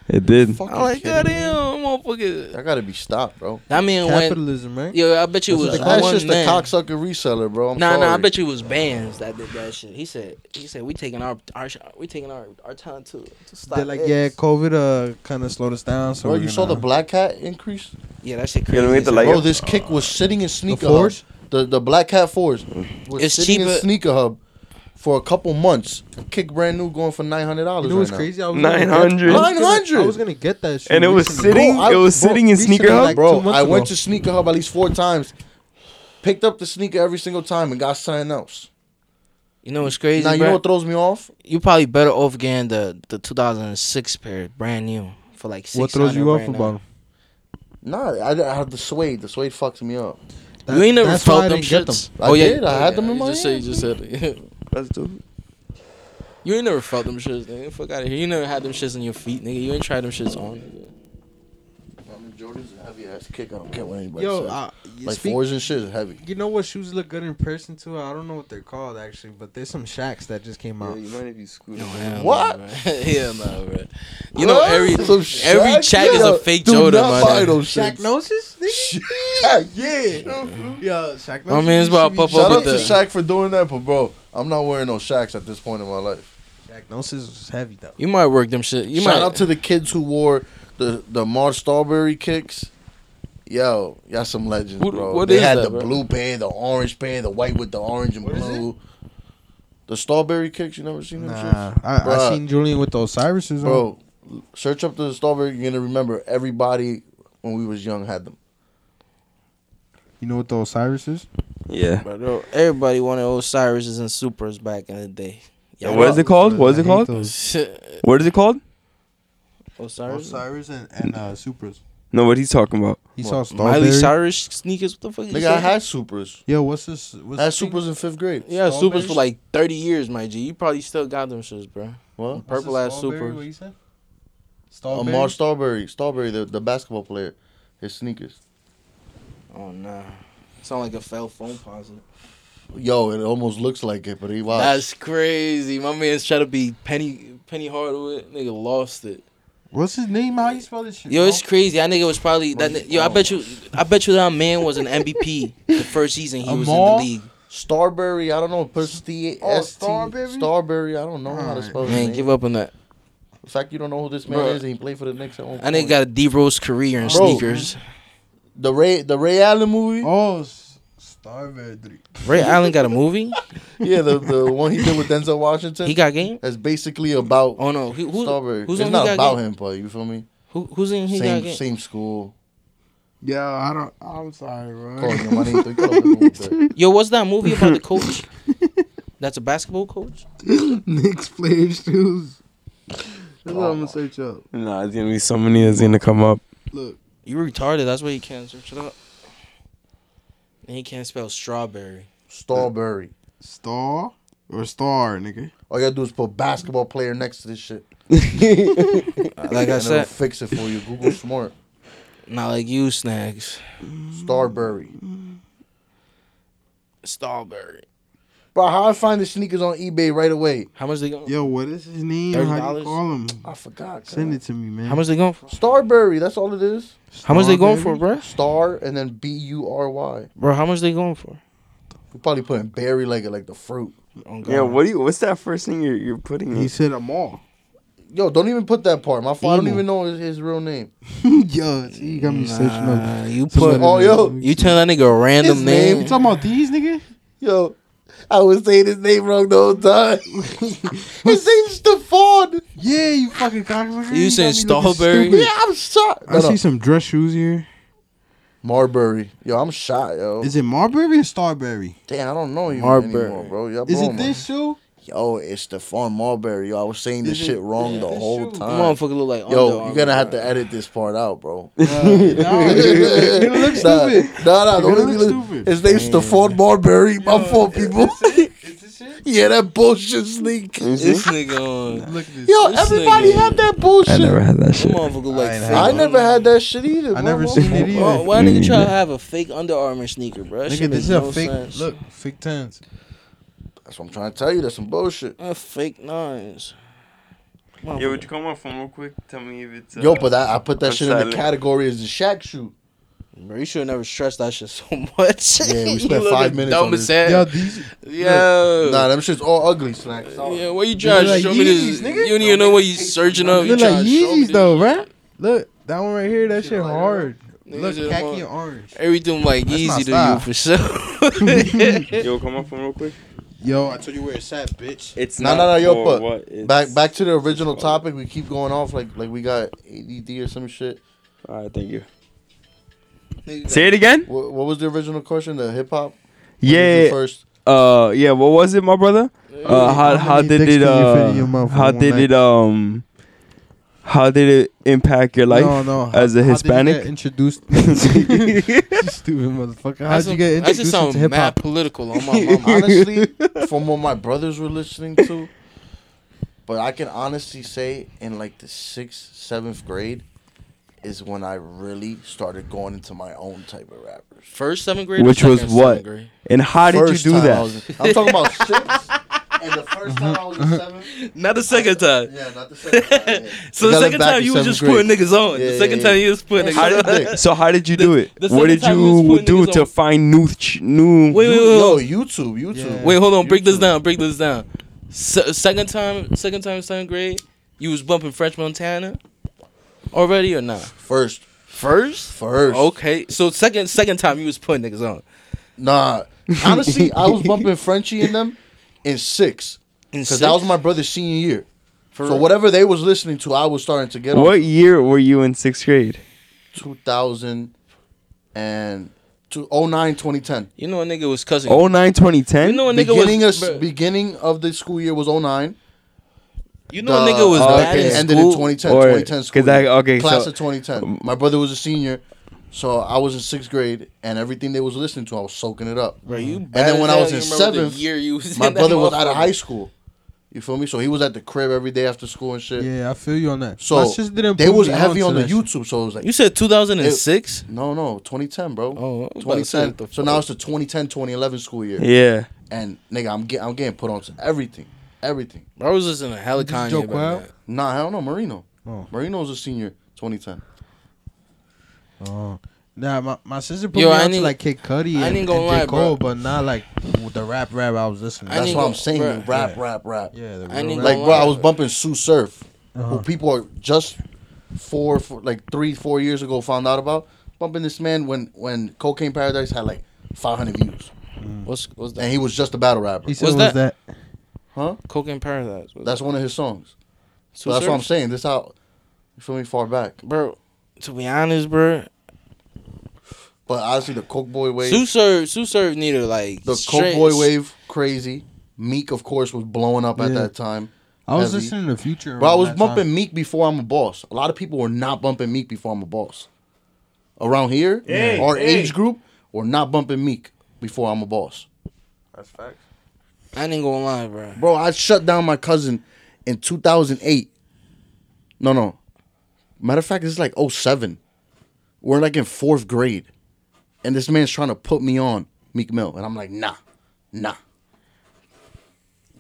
it did. Fucking I'm like, kidding me. goddamn, motherfucker. That gotta be stopped, bro. That man went. Capitalism, right? Yo, I bet you it was That's, one just man. a cocksucker reseller, bro. I'm nah, sorry. nah, I bet you it was bands that did that shit. He said, he said, we taking our our sh- we taking our our time to to stop. They're like, this." yeah, COVID uh kind of slowed us down. So Bro, we're you saw the gonna- black hat increase? yeah, that shit You know, crazy. as we had to, hell. like- Bro, this kick was sitting in sneaker hub. fours? The the black hat fours was It's sitting in cheaper- sneaker hub for a couple months. Kick brand new going for nine hundred You dollars. know what's right crazy? I was gonna get- 900. I was gonna- 900 I was gonna get that shit. And it was recently. sitting. Bro, I- it was bro, sitting in recently, sneaker hub. like, Now. Bro, two months I went ago. to sneaker hub at least four times, picked up the sneaker every single time, and got something else. You know what's crazy? now you bro? know what throws me off? you probably better off getting the the 2006 pair, brand new, for like six. What throws you off about them? Nah, I, I had the suede. The suede fucks me up. You ain't never That's why I felt them didn't get them. shits. Oh, I did, I had them in you my just hand, Said, you just said it. Let's do. You ain't never felt them shits, nigga. Fuck out of here. You never had them shits on your feet, nigga. You ain't tried them shits on. nigga. Jordan's a heavy ass kick. I don't care what anybody Yo, says. uh, like speak- fours and shit is heavy. You know what shoes look good in person too? I don't know what they're called actually, but there's some shacks that just came out. if you scoot. No, hell no, What? bro. hell no, bro. You know every Some every Shaq? check is Yo, a fake do Jordan, not my buy nigga. those Shaq shits. noses, Shaq, nigga. yeah, yo, Shaq noses. My man's used to about be- to pop Shout up out with to the. Shaq for doing that, but bro, I'm not wearing no Shaqs at this point in my life. Shaq noses was heavy though. You might work them shit. You Shout might. out to the kids who wore the the Mar Strawberry kicks. Yo, y'all some legends, Who- bro. what they is had that, the bro? blue pair, the orange pair, the white with the orange and What is blue. The strawberry kicks, you never seen them Nah, shits? I, I Bruh. seen Julian with those Cyrus's on. Bro, search up the strawberry, you're gonna remember everybody when we was young had them. You know what those Cyrus's? Yeah. Bro, no, everybody wanted Osiris's and Supers back in the day. Yeah, what is it called? What is I it hate called? Oh, those. Osiris. What is it called? Osiris and, and uh, Supras. No, what he's talking about. He What? saw Strawberry. Miley Cyrus sneakers. What the fuck? is Nigga, I had supers. Yo, what's this? What's I had this thing- supers in fifth grade. Yeah, supers Strawberries? for like thirty years, my G. You probably still got them shits, bro. What? what's purple this ass strawberry? Supers. What you said? Strawberry. Amar Strawberry, Strawberry, the, the basketball player, his sneakers. Oh nah. Sound like a fell phone positive. Yo, it almost looks like it, but he watched. That's crazy. My man's trying to be penny penny hard with it. Nigga lost it. What's his name? How you spell this shit? Yo, it's crazy. That nigga was probably that. ni- Yo, I bet you, I bet you that man was an MVP the first season he was in the Amal? league. Starberry, I don't know. Push the Oh, ST. Starberry? Starberry, I don't know how to Alright. spell his Man, name. give up on that. The fact you don't know who this man Bruh. is, and he played for the Knicks at one That point. nigga got a D Rose career in Bro. sneakers. the Ray, the Ray Allen movie. Oh, S- Starvedry. Ray Allen got a movie. Yeah, the, the one he did with Denzel Washington. He got game. that's basically about Oh no, who, who, Starberry. who's it's on not He Got about Game? him, but you feel me? Who, who's in he got same game? same school. Yeah, I don't. I'm sorry, bro. Calling him, I need to call him with Yo, what's that movie about the coach? That's a basketball coach. Knicks player shoes. That's what I'm gonna search up. Nah, it's gonna be somebody that's gonna come up. Look, You retarded. That's why you can't search it up. And he can't spell strawberry. Starberry. star or star, nigga. All you gotta do is put basketball player next to this shit. Like I and it'll said, fix it for you. Google smart. not like you, snags. Starberry. Strawberry. Bro, how I find the sneakers on eBay right away? How much they going? Yo, what is his name? How do $30? you call him? I forgot. Send cuz. it to me, man. How much they going for? Starberry. That's all it is. How much they going Starberry? for, bro? Star and then B U R Y. Bro, how much they going for? We probably putting berry like it, like the fruit. Oh, God. Yeah, what do you? What's that first thing you're you're putting? He In? said I'm all. Yo, don't even put that part. My father don't Emu. even know his, his real name. Yo, see, you got me searching up. Nah, you Somebody- put. Oh, yo. You tell that nigga a random His name. name, You talking about these, nigga? Yo, I was saying his name wrong the whole time. his name's Stephon. Yeah, you fucking cocksucker. You got saying me looking Starberry? stupid. Yeah, I'm shot. I see some dress shoes here. Marbury. Yo, I'm shot, yo. Is it Marbury or Starberry? Damn, I don't know you Marbury. anymore, bro. Y'all Is blowing it my- this shoe? Yo, it's Stephon Marbury. Yo, I was saying Is this it- shit wrong is the it whole shoe? time. Motherfucker look like. Under Yo, Armour, you're gonna have bro. to edit this part out, bro. no, dude. You look Nah, stupid. Nah, nah, You're don't gonna make me look look stupid. His name's Stephon Marbury. My fault, people. Is this it? yeah, that bullshit sneak. This nigga uh, on. Look at this. Yo, This everybody nigga- had that I bullshit. never had that That shit. motherfucker look like. I ain't fake had I it. Under never had that shit either. I never bro. seen it either. Bro, why nigga try to have a fake Under Armour sneaker, bro? That Nigga, shit this makes is no a fake. sense. Look, fake tens. That's what I'm trying to tell you. That's some bullshit. Uh, fake nines. Yo, would you call my phone real quick? Tell me if it's. uh, Yo, but I, I put that I'm shit in silent. the category as the Shaq shoe. Bro, you should have never stressed that shit so much. Yeah, we You spent look five minutes on Dumb as this. Yo, hell. these. Yo. Nah, them shit's all ugly, snack. Yeah, what you trying to like show me this? Yeezys, nigga. You don't even know what you searching up. You Look trying like to show me Yeezys this though, shit. right? Look, that one right here. That shit like that. hard. Niggas Look, is hard. khaki and orange. Everything like That's my easy to style. you for sure. Yo, call my phone real quick. Yo, I told you where it's at, bitch. It's No, no, no, yo, for but what it's- Back back to the original topic. We keep going off like like we got ADD or some shit. All right, thank you. Say it again. What, what was the original question? The hip hop. Yeah. First. Uh, yeah. What was it, my brother? Uh, how how many did dicks can it you fit uh in your mouth in how one did night? it um how did it impact your life? no, no. as a How did you Hispanic? get introduced. Stupid motherfucker. How'd you get That shit introduced sound to hip mad hop? political on my mama. honestly, from what my brothers were listening to, but I can honestly say in like the sixth, seventh grade is when I really started going into my own type of rappers. First seventh grade, or Which was second what? seventh grade? And how did you First do time I that? was- I'm talking about six. And the first time I was in seventh, Not the second time. yeah, not the second time. yeah. So the Got it second back time in you was seventh just grade. putting niggas on. Yeah, the second yeah, time you was putting How niggas on. did, so how did you do it? the What second did time you was you putting do niggas to on- find new ch- new? Wait, wait, wait, Yo, wait, YouTube, YouTube. Yeah. wait hold on. Break this YouTube. down. Break this down. Se- second time, second time, seventh grade, you was bumping French Montana already or not? First, First. first. Okay, so second second time you was putting niggas on Nah, honestly, I was bumping Frenchie in them in six in because that was my brother's senior year. so whatever they was listening to, I was starting to get on. What year were you in sixth grade? 2000 and oh to 09 2010. You know a nigga was cussing. Oh nine twenty ten. you know a nigga Beginning was. of, beginning of the school year was 09. you know a nigga was uh, bad it in ended school. in 2010, or- 2010 school 'cause I- year. okay, class so- of 2010. My brother was a senior, so I was in sixth grade, and everything they was listening to, I was soaking it up. Bro, you And then when I was in seventh, seventh, year you was My in that brother was out motherfucker. of high school. You feel me? So he was at the crib every day after school and shit. Yeah, I feel you on that. So My sister didn't they put was me heavy to on the that shit. YouTube, so it was like You said 2006. no, no, 2010, bro. Oh, I was about to say, 2010. what the So now it's the 2010, 2011 school year, Oh, Yeah. and nigga, I'm getting, I'm getting put on to everything, everything. Bro, I was listening to hella Kanye Joe about Quayle? that. Nah, I don't know Marino. Oh. Marino's a senior, 2010. Oh. Nah, my, my sister put Yo, me I on to ain't- like Kid Cudi I and, ain't and gonna lie, J. Cole, bro. but not like with the rap rap I was listening. I to. That's ain't what gonna- I'm saying. bruh. Rap, rap, rap. Yeah, the I real ain't rap. Like, bro, I was Wow. bumping Sue Surf, Uh-huh. who people are just four, four, like three, four years ago found out about. Bumping this man when when Cocaine Paradise had like 500 views, What's what's that? and he was just a battle rapper. He said, What's "What's that? that? Huh? Cocaine Paradise. What's That's one of his songs. So Two that's what I'm Surfs? saying. This how you feel me far back. bro. To be honest, bro, But honestly, the Coke Boy wave, Sue Surf, Sue Surf needed like the straight- Coke Boy wave, crazy. Meek, of course, was blowing up at Yeah. that time. I was Heavy. listening to Future. But I around was that bumping time. Meek before I'm a boss. A lot of people were not bumping Meek before I'm a boss. Around here, Hey, our hey. age group, were not bumping Meek before I'm a boss. That's facts. I ain't gonna lie, bro. Bro, I shut down my cousin in 2008. No, no. Matter of fact, it's like 07. We're like in fourth grade. And this man's trying to put me on Meek Mill. And I'm like, nah, nah.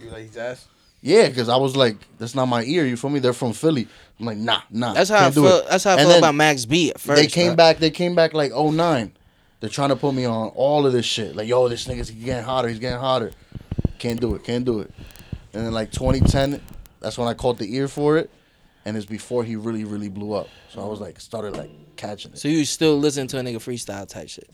You like his ass? Yeah, because I was like, that's not my ear. You feel me? They're from Philly. I'm like, nah, nah. That's how I can't do felt. it. That's how I And felt then about Max B at first. They came bruh. back. They came back like 09. They're trying to put me on all of this shit. Like, yo, this nigga's getting hotter. He's getting hotter. Can't do it. Can't do it. And then like 2010, that's when I caught the ear for it. And it's before he really, really blew up. So I was like, started like catching it. So you still listen to a nigga freestyle type shit.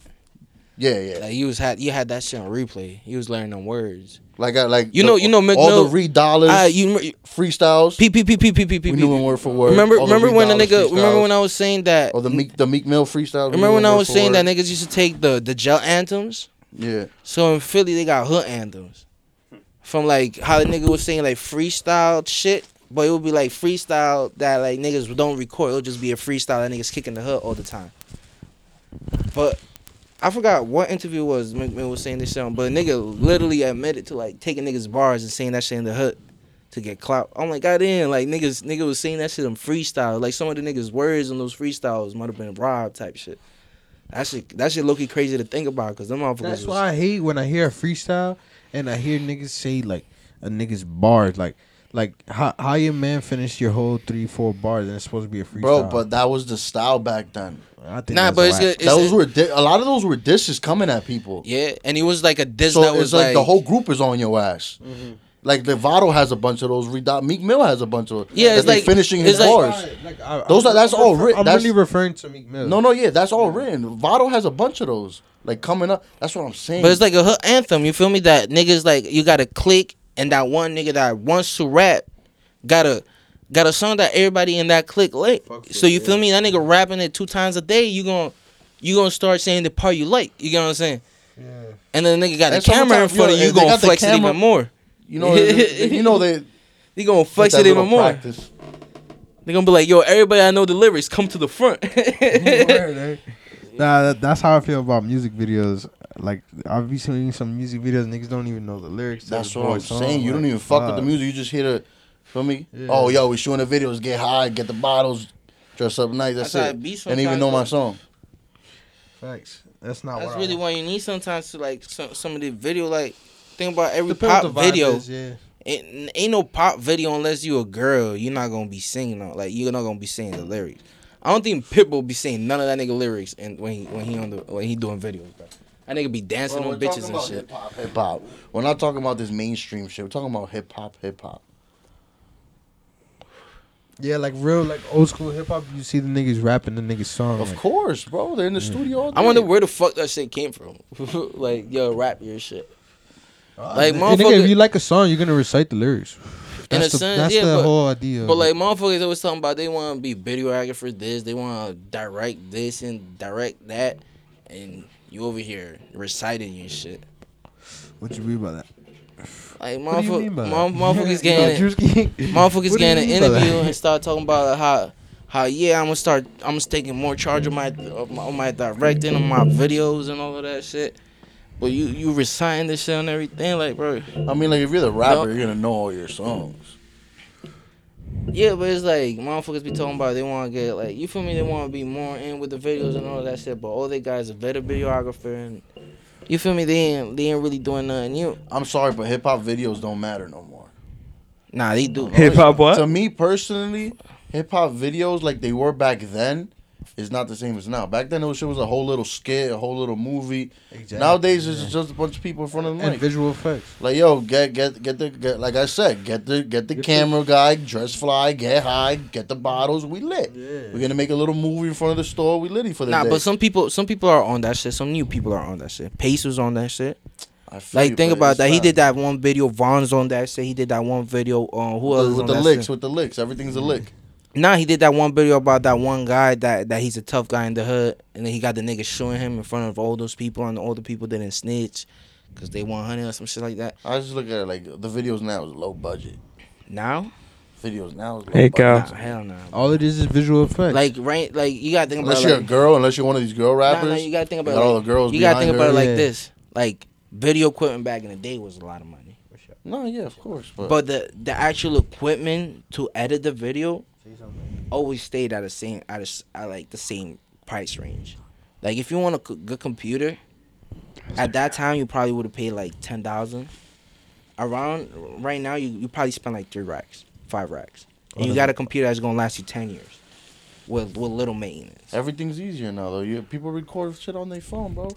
Yeah, yeah. Like you was had you had that shit on replay. You was learning them words. Like I like You the- know- you know, Mick all Mill- the re dollars, Ah, you you- freestyles. p p p p p p p. we knew him p. word for word. Remember All the remember Re when the Dollars nigga remember freestyles. when I was saying that. or the Meek the Meek Mill freestyle. Remember when I was saying that niggas used to take the the gel anthems. Yeah. So in Philly they got hood anthems. From like how the nigga was saying like freestyle shit, but it would be like freestyle that like niggas don't record. It'll just be a freestyle that niggas kicking the hood all the time. But I forgot what interview it was McMahon was saying this shit on, but a nigga literally admitted to like taking niggas bars and saying that shit in the hood to get clout. I'm like, goddamn, like niggas nigga was saying that shit in freestyle. Like some of the niggas words in those freestyles might have been robbed type shit. That shit that shit low key crazy to think about because them motherfuckers That's was- why I hate when I hear a freestyle and I hear niggas say like a nigga's bars, like like how how your man finished your whole three four bars and it's supposed to be a freestyle. Bro, but that was the style back then. I think Nah, that's but it's, whack. good. it's those were di- a lot of those were dishes coming at people. yeah, and he was like a diss so that it's was like, like, Mm-hmm. the whole group is on your ass. Like Lovato has a bunch of those. Redot Meek Mill has a bunch of. Yeah, that it's they like- finishing it's his like- bars. Like, I- Those I'm- are- that's I'm all refer- writ- I'm that's- really referring to Meek Mill. no, no, yeah, that's all written. Lovato has a bunch of those. Like coming up, that's what I'm saying. But it's like a hood anthem. You feel me? That niggas like you got to click, and that one nigga that wants to rap, got a got a song that everybody in that click like. So you feel me? That nigga rapping it two times a day. You gon' you gonna start saying the part you like. You get what I'm saying? And then the nigga got And the camera in sometimes, front of yo, you. if they Gonna got the flex it camera- even more. you know, they- you know they You gonna flex that it little even more. practice. They gonna be like, yo, everybody I know the lyrics, come to the front. eh? Nah, that, that's how I feel about music videos. Like I've been seeing some music videos, niggas don't even know the lyrics. to That's the what I'm song, saying. You like, don't even fuck with the fuck. music. You just hear the, feel me? Yeah. Oh, yo, we shooting the videos. Get high, get the bottles, dress up nice. That's, That's how it be it. And even sometimes, know my though. song. Facts. That's not. That's what really I want. why you need sometimes to like some some of the video like think about every Depends what pop the vibe video. is, yeah. Ain't, ain't no pop video unless you a girl. You're not gonna be singing on like you're not gonna be singing the lyrics. I don't think Pitbull be saying none of that nigga lyrics and when he when he on the when he doing videos, bro. That nigga be dancing on bitches and shit. Hip hop. We're not talking about this mainstream shit. We're talking about hip hop, hip hop. Yeah, like real, like old school hip hop. You see the niggas rapping the niggas song. Of like, course, bro. They're in the studio all day. Mm. I wonder where the fuck that shit came from. like yo, rap your shit. Like Hey, nigga, if motherfucker, you like a song, you're gonna recite the lyrics. in That's a the, sense, that's yeah, the but, whole idea. But like motherfuckers always talking about they want to be videographers this, they want to direct this and direct that, and you over here reciting and shit. what you mean by that? Like What do you motherfuckers, mean by that? motherfuckers getting motherfuckers getting an interview and start talking about how how yeah I'm gonna start I'm just taking more charge of my of my, of my directing of my videos and all of that shit. But you you reciting this shit and everything, like bro. I mean, like if you're the rapper, you're gonna know all your songs. Yeah, but it's like motherfuckers be Mm-hmm. talking about they want to get like you feel me. They want to be more in with the videos and all that shit. But all they got is a better videographer and you feel me. They ain't they ain't really doing nothing new. I'm sorry, but hip hop videos don't matter no more. Nah, they do. Hip hop what? To me personally, hip hop videos like they were back then is not the same as now. Back then, it was, it was a whole little skit, a whole little movie. Exactly. Nowadays, it's just a bunch of people in front of the and mic. visual effects. Like yo, get get get the get, like I said, get the get the camera guy, dress fly, get high, get the bottles. We lit. We're gonna make a little movie in front of the store. We litty for the Nah, day. but some people some people are on that shit. Some new people are on that shit. Pace was on that shit. I feel Like you, think but about it's that. He time. did that one video. Vaughn's on that shit. He did that one video. Um, who else? with, was with on the that licks, shit? with the licks. Everything's a lick. Nah, he did that one video about that one guy that that he's a tough guy in the hood, and then he got the nigga shooting him in front of all those people, and all the people didn't snitch, cause they want honey or some shit like that. I just look at it like the videos now is low budget. Now, Videos now is low Hey, budget. Cal. nah, hell no. Nah. All it is is visual effects. Like right, like you gotta think about Unless it, you're a like, girl, unless you're one of these girl nah, nah, rappers, you gotta think you about got it, all like, the girls. you gotta think behind about it her. yeah. like this. Like video equipment back in the day was a lot of money, No, yeah, of course, but, but the the actual equipment to edit the video always stayed at the same at, a s at like the same price range. Like if you want a c- good computer, at that time you probably would have paid like ten thousand. Around right now, you you probably spend like three racks, five racks, and you got a computer that's gonna last you ten years, with with little maintenance. everything's easier now though. You, people record shit on their phone, bro.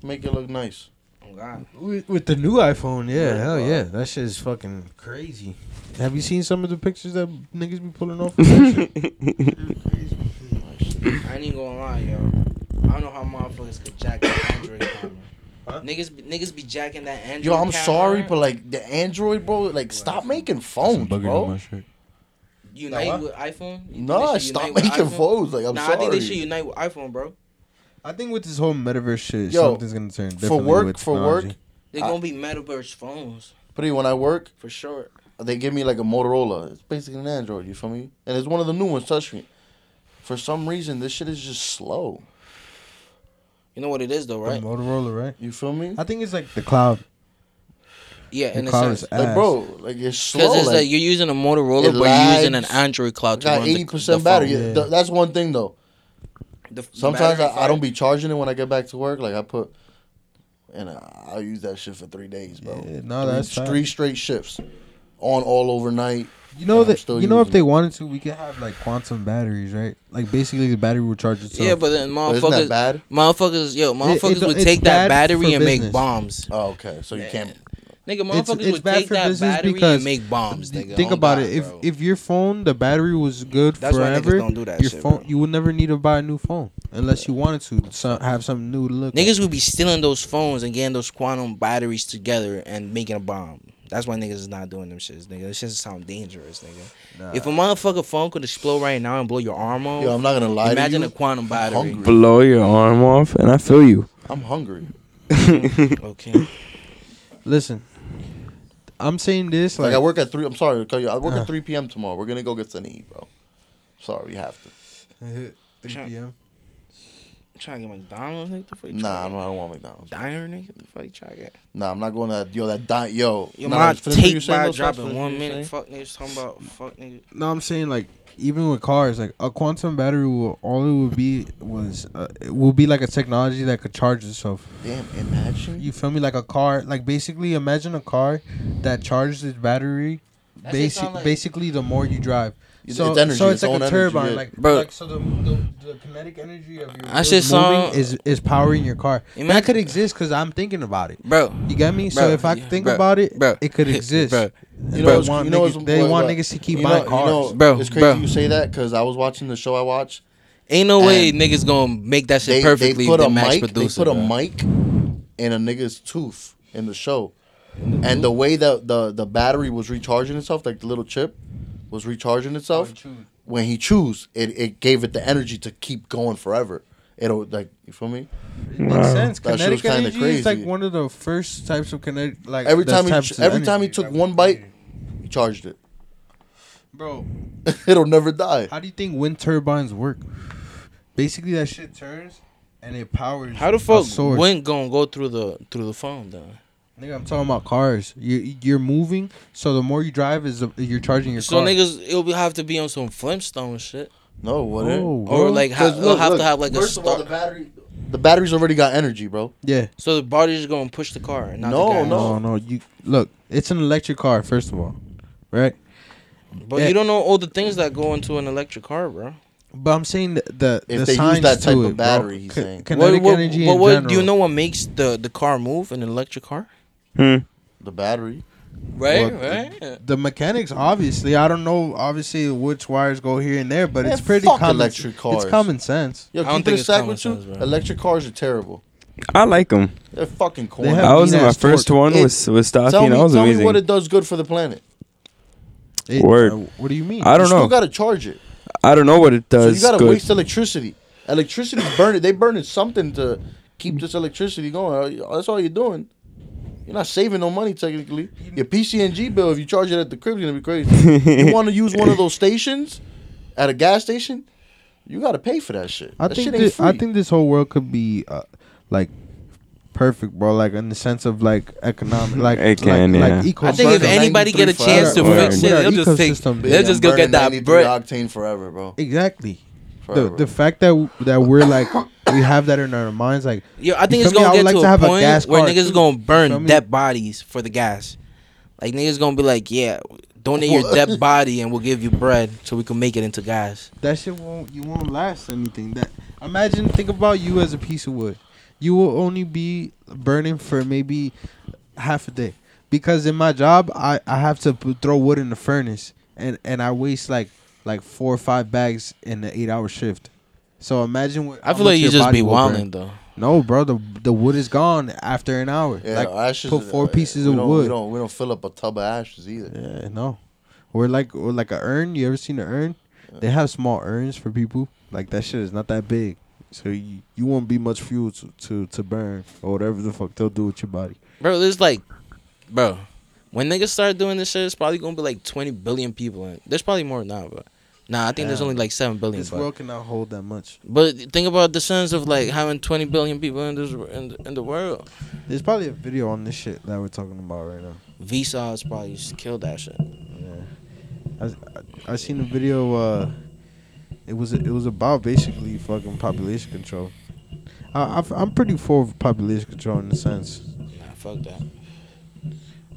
Make it look nice. Oh, God. with, with the new iPhone, yeah, Yeah, hell bro. yeah, that shit is fucking crazy. Have you seen some of the pictures that niggas be pulling off? of that shit? I ain't even gonna lie, yo. I don't know how motherfuckers could jack that Android camera. Niggas, be- niggas be jacking that Android. Yo, I'm camera. sorry, but like the Android, bro, like stop making phones, bro. unite with iPhone. You think Nah, they should stop unite with making iPhone? phones. Like I'm nah, sorry. I think they should unite with iPhone, bro. I think with this whole metaverse shit, Yo, something's gonna turn for differently work, with for work. technology. They're I- gonna be metaverse phones But when I work, for sure. they give me like a Motorola. It's basically an Android. You feel me? And it's one of the new ones, touchscreen. For some reason, this shit is just slow. You know what it is though, The right? Motorola, right? You feel me? I think it's like the cloud. Yeah, The in a cloud sense. is Like, ass. bro, like it's slow. Because it's like, like, you're using a Motorola, It but you're using an lags. Android I cloud to got run eighty the, the percent phone. battery. phone. Yeah, th- that's one thing though. The f- Sometimes battery I, I don't fight. be charging it when I get back to work. Like I put, and I, I'll use that shit for three days, bro. Yeah, no, three, that's fact. three straight shifts, on all overnight. You know I'm that. still You know if using they wanted to, we could have like quantum batteries, right? Like basically, the battery would charge itself. Yeah, but then But isn't that motherfuckers, bad? motherfuckers, yo, motherfuckers don't- would it's take that bad for battery and make business. bombs. Oh, okay. So you can't. Nigga, It's- motherfuckers it's would bad take for that business battery because and make bombs, Th- nigga. Think Oh, about God, it. If bro. if your phone, the battery was good That's why niggas forever, don't do that your shit, phone, bro. you would never need to buy a new phone unless you wanted to so, have something new to look. Niggas would be stealing those phones and getting those quantum batteries together and making a bomb. That's why niggas is not doing them shits, nigga. This shit sound dangerous, nigga. If a motherfucker phone could explode right now and blow your arm off, Yo, I'm not gonna lie imagine to a you. quantum battery. hungry. Blow your arm off, and I feel you. I'm hungry. Okay. at. Listen, I'm saying this Like, like, I work at three. I'm sorry to cut you. I work Uh. at three p.m. tomorrow. We're gonna go get something to eat, bro. Sorry, we have to. 3 p.m. I'm trying to get McDonald's, nigga. The fuck you Nah, trying I'm to not, I don't want McDonald's. get? Diner, nigga. The fuck you trying to get? Nah, I'm not going to that. Yo, that di- yo. Your nah, mom finish what you were take saying, by though, drop Sasha, in finish what one you were minute. saying. Fuck niggas talking about fuck nigga. No, I'm saying like even with cars, like a quantum battery will all it would be was uh, it will be like a technology that could charge itself. Damn, imagine. You feel me? Like a car, like basically imagine a car that charges its battery. shit Basic, sound like- basically, the more you drive, It's- so it's energy, so it's, its like own a energy, turbine, yeah. like, Bro. like so the, the the kinetic energy of your That wheels shit sound- moving is is powering your car. Imagine- that could exist because I'm thinking about it. Bro, You get me? so Bro, if I yeah, think bro, about it, bro. it could exist. Bro. And You they know, what's- want you know niggas, what's- they what- want what- niggas to keep you know- buying you cars. know, Bro, it's crazy bro. you say that because I was watching the show I watch. ain't no way And niggas gonna make that shit They, they perfectly. put the a max mic. producer. they put a bro. mic in a nigga's tooth in the show, and the way that the the battery was recharging itself, like the little chip was recharging itself. when he chews, it, it gave it the energy to keep going forever. It'll like you feel me. It makes sense. That shit Kinetic was kinda energy is like crazy. one of the first types of kinetic. Like Every the time he types ch- of every time he energy. took one bite, he charged it. bro. It'll never die. How do you think wind turbines work? Basically, that shit turns and it powers. How the a fuck source. wind gonna go through the through the phone though? Nigga, I'm talking about cars. You you're moving, so the more you drive is the, you're charging your So car. niggas, it'll be, have to be on some Flintstone shit, No, what? Oh, or bro. like ha- 'Cause it'll look, have look, to have like a first of all, the start. battery, the battery's already got energy, bro. yeah. So the body's just gonna push the car. and Not No, the guy. No, no. no. You look. It's an electric car, first of all, right? But Yeah. you don't know all the things that go into an electric car, bro. But I'm saying the the, If the they use science that type to of it, battery, bro. he's Ki- saying. kinetic what, what, energy. but in what general. do you know? What makes the the car move? An electric car, Hmm. The battery. right? Well, right. The mechanics, obviously. I don't know, obviously, which wires go here and there, but Man, it's pretty fuck common. electric cars. It's common sense. Yo, I don't keep think it a it's stack common with you. sense, bro. Electric cars are terrible. I like them. They're fucking corny. They have- I was in my mean-ass first torque. one It- was with Staffy, tell and me, that was tell me amazing. what it does good for the planet. It- Word. uh, what do you mean? I don't you Still know. gotta charge it. I don't know what it So does. you gotta good. waste electricity. Electricity's burning. They burning something to keep this electricity going. Uh, That's all you're doing. You're not saving no money technically. Your PCNG bill, if you charge it at the crib, is gonna be crazy. you want to use one of those stations at a gas station? You gotta pay for that shit. I that think shit ain't this, I free. think this whole world could be uh, like perfect, bro. Like in the sense of like economic, like It can, like, yeah. like eco. I think if burn the anybody get a 93 chance to forever. fix With it, our they'll just fix. ecosystem, They'll Yeah, just go burning get that 93 brick. octane forever, bro. exactly the Forever. the fact that w- that we're like we have that in our minds, like Yo, I You think it's feel me? I gonna would get like to, to a have a point gas where car, niggas too. gonna Feel burn me? dead bodies for the gas. Like niggas gonna be like, yeah, donate your dead body and we'll give you bread so we can make it into gas. that shit won't you won't last anything. That imagine think about you as a piece of wood. You will only be burning for maybe half a day because in my job I I have to p- throw wood in the furnace and and I waste like like four or five bags in the eight hour shift. So imagine what I how feel like much you your just body be will burn. wilding though. No, bro, the the wood is gone after an hour. Yeah, like ashes. put four uh, pieces we of don't- We wood. don't we don't fill up a tub of ashes either. Yeah, no. Or like or like a urn. You ever seen an urn? They have small urns for people. Like that shit is not that big. So you, you won't be much fuel to, to, to burn or whatever the fuck they'll do with your body. Bro, there's like bro, when niggas start doing this shit, it's probably gonna be like twenty billion people in. There's probably more now, but nah, I think there's Damn. only like seven billion. This but- world cannot hold that much. But think about the sense of like having 20 billion people in this in, the- in the world. There's probably a video on this shit that we're talking about right now. Vsauce probably just killed that shit. I I, I seen a video. Uh, it was it was about basically fucking population control. I, I am pretty for population control in a sense, Nah, fuck that.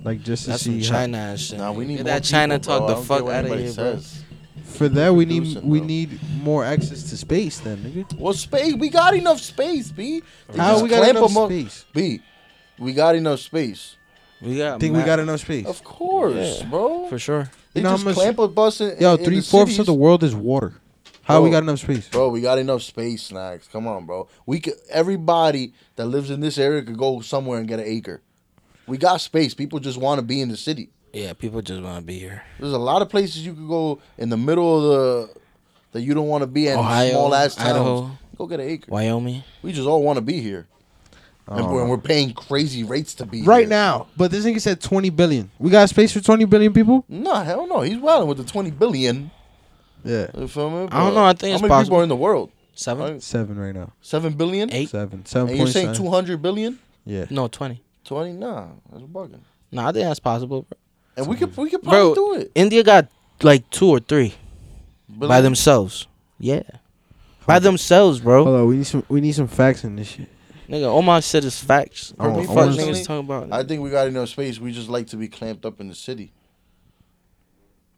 like just to That's see some how- China ass shit. Nah, we need Get more that China people, talk bro. I the don't care fuck what out of anybody here, bro. says. For that, we need Producing, we bro. need more access to space, then, nigga. Well, space. We got enough space, b. They How just we got clamp enough 'em up- space? B, we got enough space. We got. Think we mad- got enough space? Of course, bro. for sure. They You know how just much- clamp a bus in. Yo, in the three fourths of the cities. world is water. How we Bro. got enough space? Bro, we got enough space, snacks. Come on, bro. We could. Everybody that lives in this area could go somewhere and get an acre. We got space. People just want to be in the city. Yeah, people just want to be here. There's a lot of places you could go in the middle of the that you don't want to be in Ohio, small ass towns. Idaho. Go get an acre. Wyoming. We just all want to be here, and Oh. don't we're, know. we're paying crazy rates to be Right here. now, but this nigga said twenty billion. We got space for twenty billion people? No, hell no. He's wilding with the 20 billion. Yeah, You feel me? I don't know. I think How many it's people possible. are in the world? Seven, Right? seven right now. 7 billion? eight, Seven, seven And you're point saying seven. 200 billion? Yeah, no, twenty. 20? Nah, that's bugging. No, I think that's possible, bro. And we could we could Bro, probably do it. India got like two or three by Billion. themselves. Yeah, by themselves, bro. hold on. We need some. We need some facts in this shit. Nigga, Omar said it's facts. I What want- the I fuck want- niggas talking about? I think we got enough space. We just like to be clamped up in the city.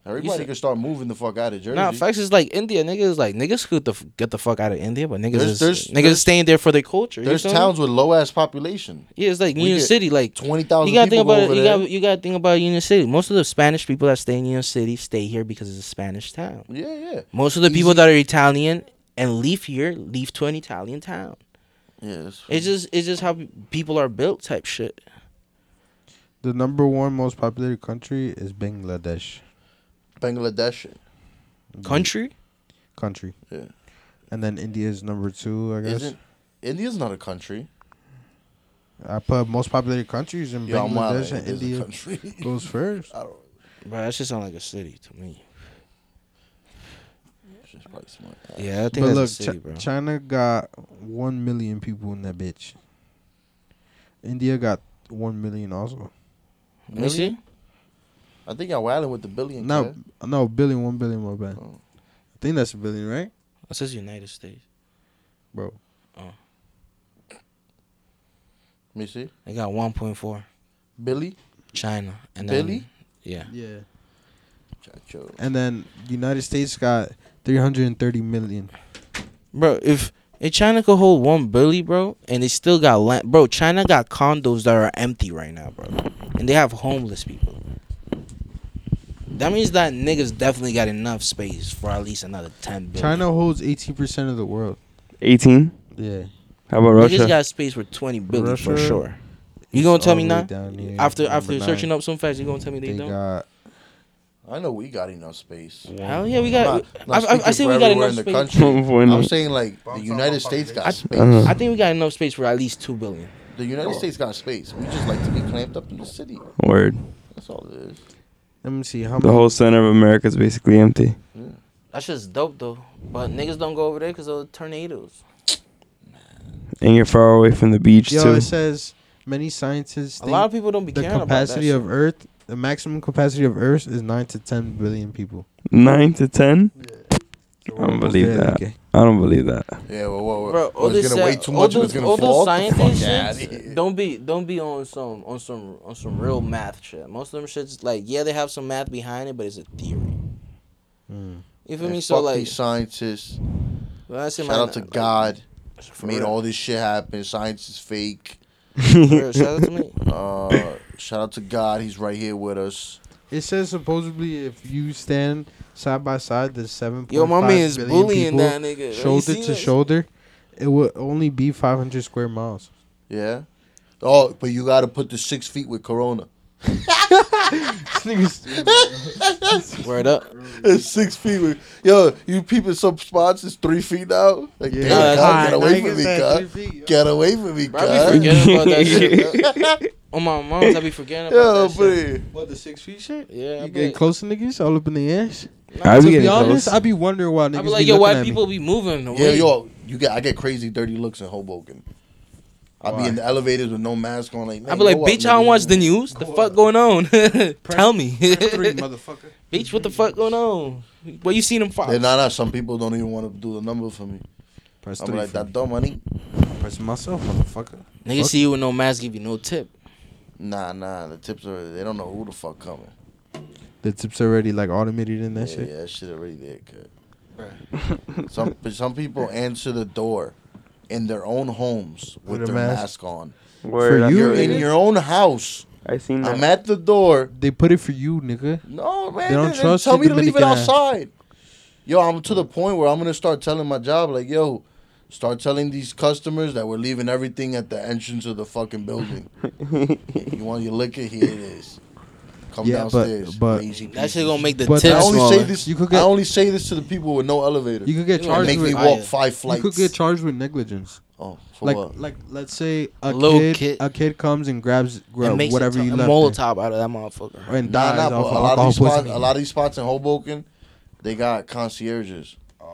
Everybody said- can start moving the fuck out of Jersey. Nah, facts is like India. Niggas like niggas could the f- get the fuck out of India, but niggas There's- is, there's- niggas there's- staying there for their culture. you There's feel me? towns with low ass population. Yeah, it's like we Union get City. Like Twenty you thousand gotta people think about over it. You there. got you gotta think about Union City. Most of the Spanish people that stay in Union City stay here because it's a Spanish town. yeah, yeah, Most of the people Easy. that are Italian and leave here leave to an Italian town. yeah. that's- It's just it's just how people are built type shit. The number one most populated country is Bangladesh Bangladesh Country. country. Yeah. And then India is number two, I guess. isn't. India's not a country. I put most populated countries in Yeah, I'm wild. Bangladesh and It is a India country. Uh, goes first. Bro, that shit sound like a city to me. Which is probably smart. Yeah, I think But that's look, a city, Chi- bro. China got one million people in that bitch. India got one million also. Let me see. I think y'all wilding with the billion. No, kid. no billion, one billion, my bad. Oh. I think that's a billion, right, It says United States. bro? Let me see. They got 1.4 Billy. China and Billy? Then, yeah. Yeah. Chacho. And then United States got three hundred and thirty million. Bro, if if China could hold one billion, bro, and they still got land, bro, China got condos that are empty right now, bro, and they have homeless people. That means that niggas definitely got enough space for at least another ten billion. China holds eighteen percent of the world. 18. Yeah. How about niggas Russia? got space for twenty billion for Russia, sure. You gonna tell me all now? the way down here, After number after nine. searching up some facts, you gonna tell me they, They don't? got I know we got enough space. Hell yeah, we got. I'm not- I, I, not I speaking say for we got everywhere enough in the space. country. For in- I'm saying like But the I'm United talking about States fucking got space. Uh-huh. I think we got enough space for at least two billion. The United States got space. We just like to be clamped up in the city. Word. That's all it is. let me see how The many whole center of America is basically empty. That shit's dope though, but niggas don't go over there because of tornadoes. And you're far away from the beach, Yo, too. it says many scientists A think lot of people don't be the caring about that. capacity shit. of Earth, the maximum capacity of Earth is nine to ten billion people. 9 to 10? So I don't believe that. I don't believe that. Yeah, well, well, well, Bro, well, all it's this gonna weigh uh, too all much. if those- it's gonna all fall. those Get the science fuck and outta shits, here. Don't be don't be on some on some on some real math shit. Most of them shits like yeah they have some math behind it, but it's a theory. You feel Man, me? So fuck like these scientists. when I say Shout my- out to God. for Made real, all this shit happen. Science is fake. for real, shout out to me. Uh, shout out to God. He's right here with us. It says supposedly if you stand side by side, the seven. Yo, my man is bullying that nigga. You shoulder see to that? shoulder. It would only be five hundred square miles. Yeah. Oh, but you gotta put the six feet with Corona. This nigga's- Word up. It's six feet with yo. You people, some spots is three feet now. Like, Yeah. damn, God, Nah, get away from me, God. Get away from me, Bro, I be God. forgetting about that shit. bro. On my mom's, I be forgetting Yo, about that shit. but What the six feet shit? Yeah, I You be get like- close to niggas all up in the ass. I To be be getting honest, close. I be wondering why niggas I be be like, yo, looking why at me. people be moving? away? yeah, yo, you get. I get crazy, dirty looks in Hoboken. I'll be Why? in the elevators with no mask on. Like, I be like, bitch, I don't watch the news. The fuck going on? Tell me, Three, bitch, motherfucker. what the fuck going on? What you seen him for? Nah, nah. Some people don't even want to do the number for me. Press I'm three. like, for that dumb money. me. Press myself, motherfucker. Nigga see you with no mask, give you no tip. Nah, nah. The tips are. They don't know who the fuck coming. The tips already like automated in that yeah, shit. yeah, that shit already there, good. some but some people answer the door in their own homes With with, a their mask. mask, on. Word. For I- you? You're in nigga? your own house. I Mm. seen I'm that. at the door. They put it for you, nigga. No, man. They They don't they trust tell you, me to leave it Dominican ass. outside. Yo, I'm to the point where I'm gonna start telling my job, like, yo, start telling these customers that we're leaving everything at the entrance of the fucking building. you want your liquor? Here it is. Come Yeah, but- downstairs. but- lazy That shit pieces. gonna make the But tip I only say smaller. this. You could get- I only say this to the people with no elevator. You could get They gonna They charged make with me I- walk five You flights. could get charged with negligence. oh, for Like, what? like, let's say a Little kid, kid. a kid comes and grabs It gra- makes whatever a, you a left Molotov out of that motherfucker. there, and Nah, dies nah, off but of a lot of alcohol these spots, poisoning. a lot of these spots in Hoboken, they got concierges. Oh,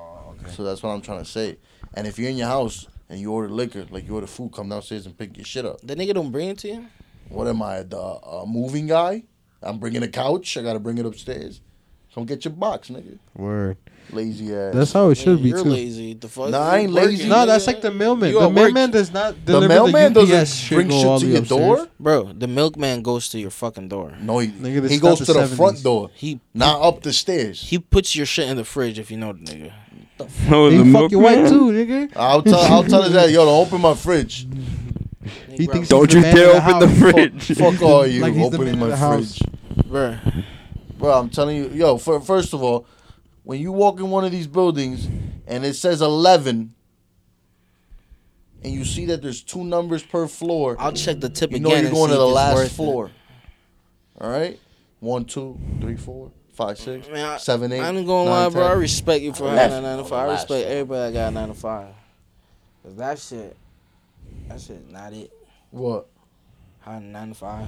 So that's what I'm trying to say. And if you're in your house and you order liquor, like you order food, come downstairs and pick your shit up. The nigga don't bring it to you. What am I, the uh, moving guy? I'm bringing a couch. I gotta bring it upstairs. Come get your box, nigga. Word. Lazy ass. That's how it should Nigga, be You're too. lazy. The fuck? Nah, I ain't You working, lazy. No, nigga. that's like the mailman. You The at work. mailman does not deliver the mailman the UPS doesn't shit bring go shit all to the your upstairs. door. Bro, the milkman goes to your fucking door. No, he, Nigga, this he is goes not the to the 70s. front door, He not up the stairs. he puts your shit in the fridge if you know the nigga. Oh, They the fuck your wife milkman? too, nigga. I'll tell I'll tell his ass, yo, don't open my fridge. He thinks Don't he's you the man dare of the open the house. fridge. Fuck all you Like he's the opening man of my the house. fridge. Bro, Bro, I'm telling you, yo, fir- first of all, when you walk in one of these buildings and it says 11 and you see that there's two numbers per floor, I'll check the tip you again. know you're and going see to the if it's last worth it. floor. All right? One, two, three, four, five, six, Man, I- seven, eight, I ain't gonna lie, nine, bro. I ten. respect you for Left. having a nine to five. I Last. respect everybody that got a nine to five. Cause that shit, that shit not it. What? How nine to five?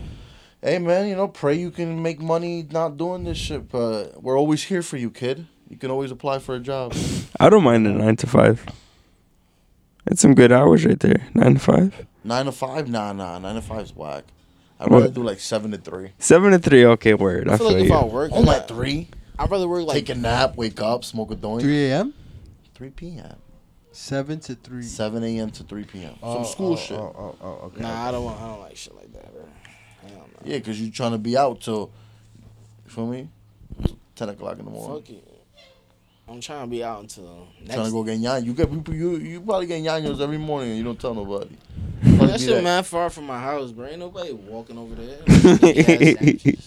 Hey, man, you know, pray you can make money not doing this shit, but we're always here for you, kid. You can always apply for a job. I don't mind a nine to five. That's some good hours right there. Nine to five. Nine to five? Nah, nah. Nine to five's whack. I'd rather What? do like seven to three. Seven to three. Okay, word. I, I feel like if I you. work, Oh, like, at three? I'd rather work like Take a nap, wake up, smoke a joint. 3, 3 a.m. p.m. 7 to 3. 7 a.m. to 3 p.m. Oh, Some school oh, shit. Oh, oh, oh, okay. Nah, I don't want. I don't like shit like that, bro. I don't know. Yeah, because you're trying to be out till, you feel me? 10 o'clock in the morning. Fuck it. I'm trying to be out until Trying next. to go get yan. You get you, you you probably get yanos every morning and you don't tell nobody. Probably That be shit that. mad far from my house, bro. Ain't nobody walking over there. Supposedly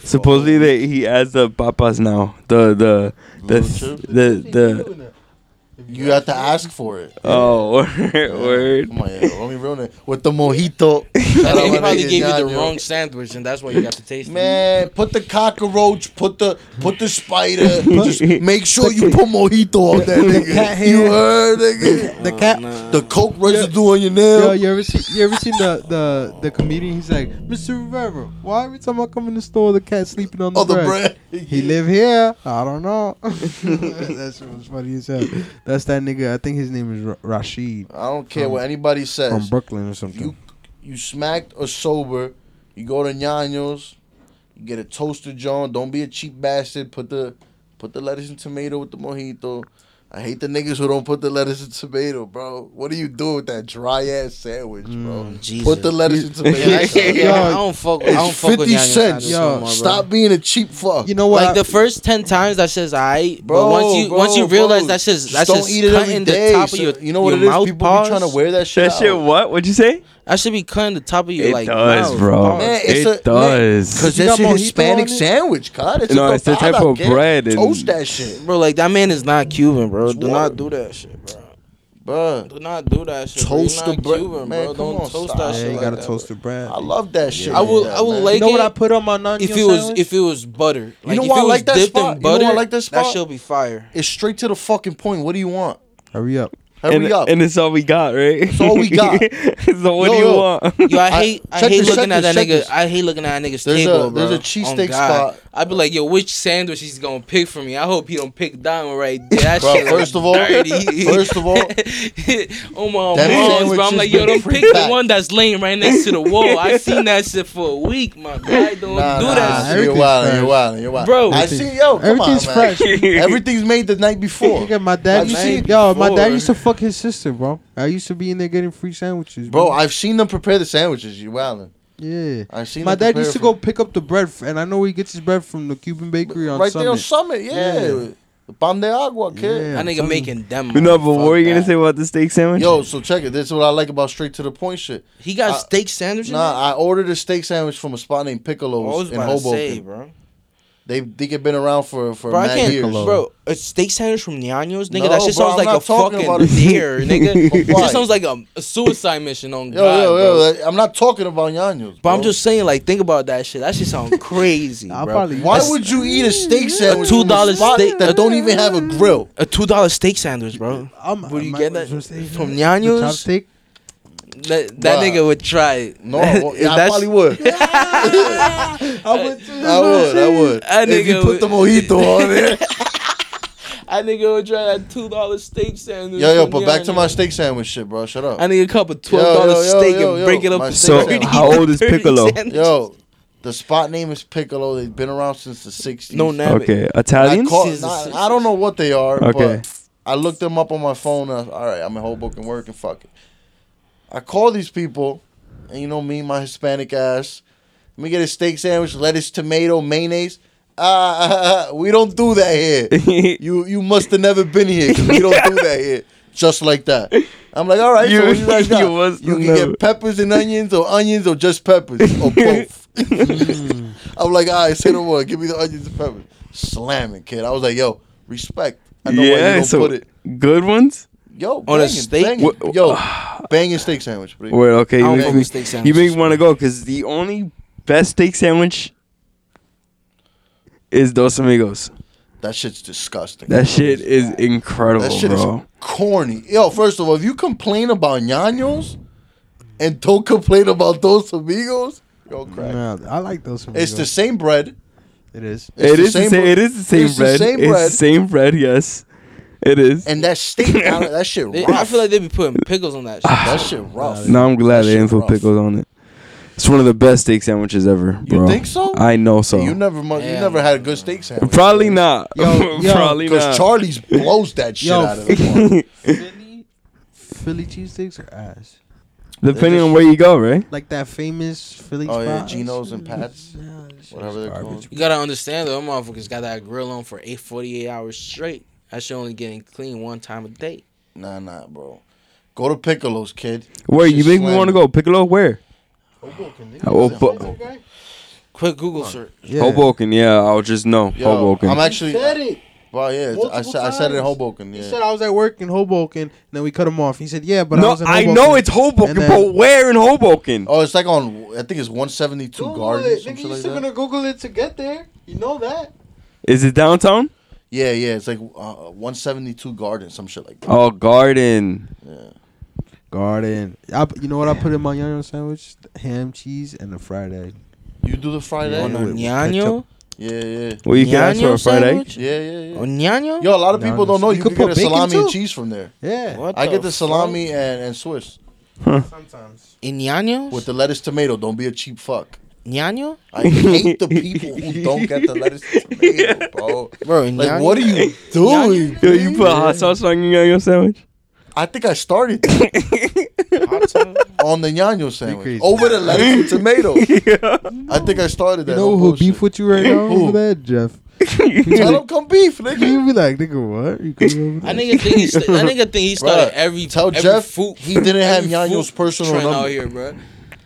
Supposedly that he adds the papas now. The the Oh, the Little chip? the the. You have to ask for it. Oh, word. Come on, yeah. Let me ruin it with the mojito. Shout out They my probably nigga gave you the Yanyo. wrong sandwich, and that's why you got to taste Man, put the cockroach, put the put the spider. Just make sure you put mojito on that cat nigga. hair. You heard, nigga. The cat. The coke residue on your nail. Yo, you ever seen you ever seen the the the comedian? He's like, Mr. Rivera, why every time I come in the store, the cat sleeping on the, Oh, the bread? bread. He live here. I don't know. that shit was funny as hell. That's that nigga. I think his name is Ra- Rashid I don't care what anybody says. from Brooklyn or If you something. you smacked or sober, you go to Ñaños, you get a toaster John. Don't be a cheap bastard. Put the put the lettuce and tomato with the mojito. I hate the niggas who don't put the lettuce and tomato, bro. What do you do with that dry ass sandwich, bro? Jesus. Put the lettuce and me. tomato. Yeah, I, son. yeah, I don't fuck. Mm. I don't it's fuck with fifty Daniel cents. Sanders no more, bro. Stop being a cheap fuck. You know what? Like the first ten times that shit's alit, Bro, but once you bro, once you bro. realize that shit's Just that's don't just eat it every cutting day. the top of so- your you know what your it is? mouth People paws. be trying to wear that shit. That shit. out. What? What'd you say? I should be cutting the top of your like mouth. bro. Man, it's it a- does. Cause You that's got a mojito Hispanic on it? sandwich, cut. It's No, a it's the type tostada, of kid. bread and- Toast that shit, Bro, like that man is not Cuban, bro. It's Do water. not do that shit, bro. bruh. Do not do that shit. Toast bro. You're the not bread- Cuban, man, bro. come Don't on, toast stop. that yeah, shit. you like gotta that, toast the bread. I love that shit. I would- I would man. like- you know what it. I put on my non? bro. If it was if it was butter, like know if why I it was like that dipped spot? You in know why I butter, like that spot? shit'll be fire. It's straight to the fucking point. What do you want? hurry up. Hurry and, up. and it's all we got, right? It's all we got. so what Yo, do you yo. want? Yo, I I- hate I, check hate this, check looking at this, that check nigga. this. I hate looking at that nigga's There's table, a- bro. there's a cheesesteak On God. spot. I'd be like, yo, which sandwich he's gonna pick for me? I hope he don't pick that one right there. That Bro, shit first look of all- dirty. first of all, oh my that balls, sandwich bro. I'm has like, yo, been don't pick the pre-packed. one that's laying right next to the wall. I seen that shit for a week, my guy. Don't Nah, do nah, that, shit. You're Everything's wild. fresh. You're wild. You're wild. Bro. I see. Yo, come Everything's on, man. fresh. Everything's made the night before. Look at my dad. I've Used seen to, it yo, my dad before. used to fuck his sister, bro. I used to be in there getting free sandwiches, Bro, I've seen them prepare the sandwiches. You wildin'. yeah. I've seen. My them dad used to prepare go pick up the bread, f- and I know he gets his bread from the Cuban bakery for- on right Summit. there on Summit. Yeah, Yeah. the pan de agua, kid. Yeah. That nigga making them. You know, but what were you gonna Fuck say that. about the steak sandwich? Yo, so check it. This is what I like about straight to the point shit. He got Uh, steak sandwiches. Oh, Nah, I ordered a steak sandwich from a spot named I was Piccolo's in about to Hoboken. say, bro. They they have been around for for Bro, I mad can't, years. bro. A steak sandwich from Nianos, nigga. No, that shit bro, I'm sounds like not a talking about fucking a- deer, nigga. But It why? just sounds like a, a suicide mission on Yo, God, yo, bro. yo, like, I'm not talking about Yanos. but I'm just saying, like, think about that shit. That shit sounds crazy, I'll bro. probably Why would you eat a steak sandwich? two dollar $2 steak- that a- don't even have a grill. a two dollar steak sandwich, bro. I'm, Where you might get as that? well say- From the Ñaños? chopstick? That, that Bruh. nigga would try it. No, I won't. If Yeah, I that's- probably would. I would too. I would. I would. That if you nigga put the mojito on it. That nigga would try that two dollar steak sandwich. yo, yo, from but back to Ñaños. my steak sandwich shit, bro. Shut up. I need a cup of twelve yo, dollar yo, steak yo, and yo. break it My up to steak So, thirty. how old is 30 Piccolo? sandwiches. Yo, the spot name is Piccolo. They've been around since the 60s. no, name. okay, I, Italians. call, Since the not- 60s. I don't know what they are, Okay. but I looked them up on my phone. And I, all right, I'm in Hoboken working. Fuck it. I call these people, and you know me, my Hispanic ass. Let me get a steak sandwich, lettuce, tomato, mayonnaise. Ah, we don't do that here. you you must have never been here 'cause we don't do that here. Just like that. I'm like, all right, so You- what you guys got? you must You can never. get peppers and onions, or onions, or just peppers, or both. I'm like, all right, say no more. Give me the onions and peppers. Slamming, kid. I was like, yo, respect. I know why you yeah, don't so put it. good ones. Yo, On a banging, steak? banging. Wha- Yo, banging steak sandwich. please. Wait, okay, you don't make fuck me, with steak you make sandwiches, me want to go because the only best steak sandwich is Dos Amigos. That shit's disgusting. That shit is incredible, That shit bro. is corny. Yo, first of all, if you complain about Ñaños and don't complain about those amigos, yo, crack. Nah, I like those. It's the same bread. It is. It's It the is the same same. bre- It is the same it's the bread. same It's bread. the same bread. Yes, it is. And that steak, down, that shit They- rough. I feel like they be putting pickles on that shit. that shit rough. No, I'm That glad they shit didn't put rough. pickles on it. It's one of the best steak sandwiches ever, You bro. think so? I know so. You never, mu- you Yeah. never had a good steak sandwich. Probably not. Yo, yo, Probably Because not. Charlie's blows that shit Yo, out of the water. Philly, Philly cheesesteaks are ass. Depending just- on where you go, right? Like that famous Philly. Oh, yeah, spot. Geno's and Pat's, whatever they're called. You gotta understand though, them motherfuckers got that grill on for eight forty eight hours straight. That shit only getting clean one time a day. Nah, nah, bro. Go to Piccolo's, kid. Where It's you just make me want to slam. go? Piccolo, where? It's in Hoboken. Hoboken. Quick Google search. Yeah. Hoboken, yeah, I'll just know. Yo, Hoboken. I'm actually. said it. Well, yeah, it's- I Multiple said, I said it in times. Hoboken. He Yeah. said I was at work in Hoboken, and then we cut him off. He said, "Yeah, but I no, was in I, Hoboken." know it's Hoboken, And then- but where in Hoboken? oh, it's like on. I think it's 172 Google Garden. it. Some Nigga, shit you like still that. gonna Google it to get there? You know that? Is it downtown? Yeah, yeah, it's like uh, 172 Garden. Some shit like that. Oh, Garden. Yeah. Garden. I, you know what I put in my yano sandwich? Ham, cheese, and a fried egg. You do the fried egg? Yeah. With Oniano? Yeah, yeah, Well, you can ask for Oniano a fried egg. sandwich? yeah, Oh, yeah, yeah. Oniano? Yo, a lot of people don't know You you, could can get put a bacon salami and too. cheese from there. Yeah. What I get the salami and, and Swiss Sometimes. Onianos? with the lettuce tomato. Don't be a cheap fuck. Oniano? I hate the people who don't get the lettuce tomato, bro. Bro, Gnano? Like, what are you doing? Yo, you put hot sauce on your your sandwich? I think I started that on the gnano crazy. sandwich over the lettuce and tomato. yeah. I think I started that. You know on who bullshit. beef with you right now? Who? Who that, Jeff? Tell him come beef, nigga. You be like, nigga, what? You come over I there? nigga think he st- I nigga think he started every Tell every Jeff food he didn't have every Gnano's food personal trend number. out here, bro.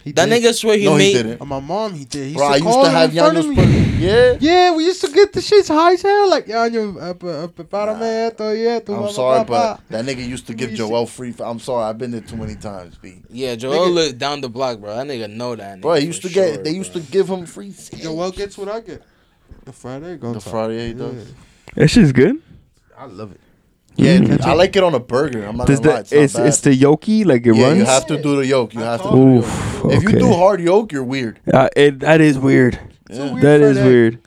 He That did. nigga swear he no, made he didn't. Uh, My mom, he did. He Bro, I used call to him have in front of Gnano's me. personal. Yeah. Yeah, we used to get the shits high as hell. Like, uh, Yanyo, up, up, up, out of me, esto y esto, blah, I'm blah, sorry, blah, but that nigga used to give You see- Joel free. I'm sorry, I've been there too many times, B. Yeah, Joel Nigga- lived down the block, bro. That nigga know that. Nigga Bro, he used for to get. sure, they used bro. to give him free. blah. Joel gets what I get. The Friday egg. on The top. fried egg does. That shit's good. I love it. Yeah, I like it on a burger. I'm not Does gonna lie, the, it's, not it's, bad. it's the yoki, like it yeah, runs? you have to do the yolk. You have to. Do the yolk. Oof. If okay. you do hard yolk, you're weird. Uh, it, that is weird. Yeah. weird That fried is egg. weird.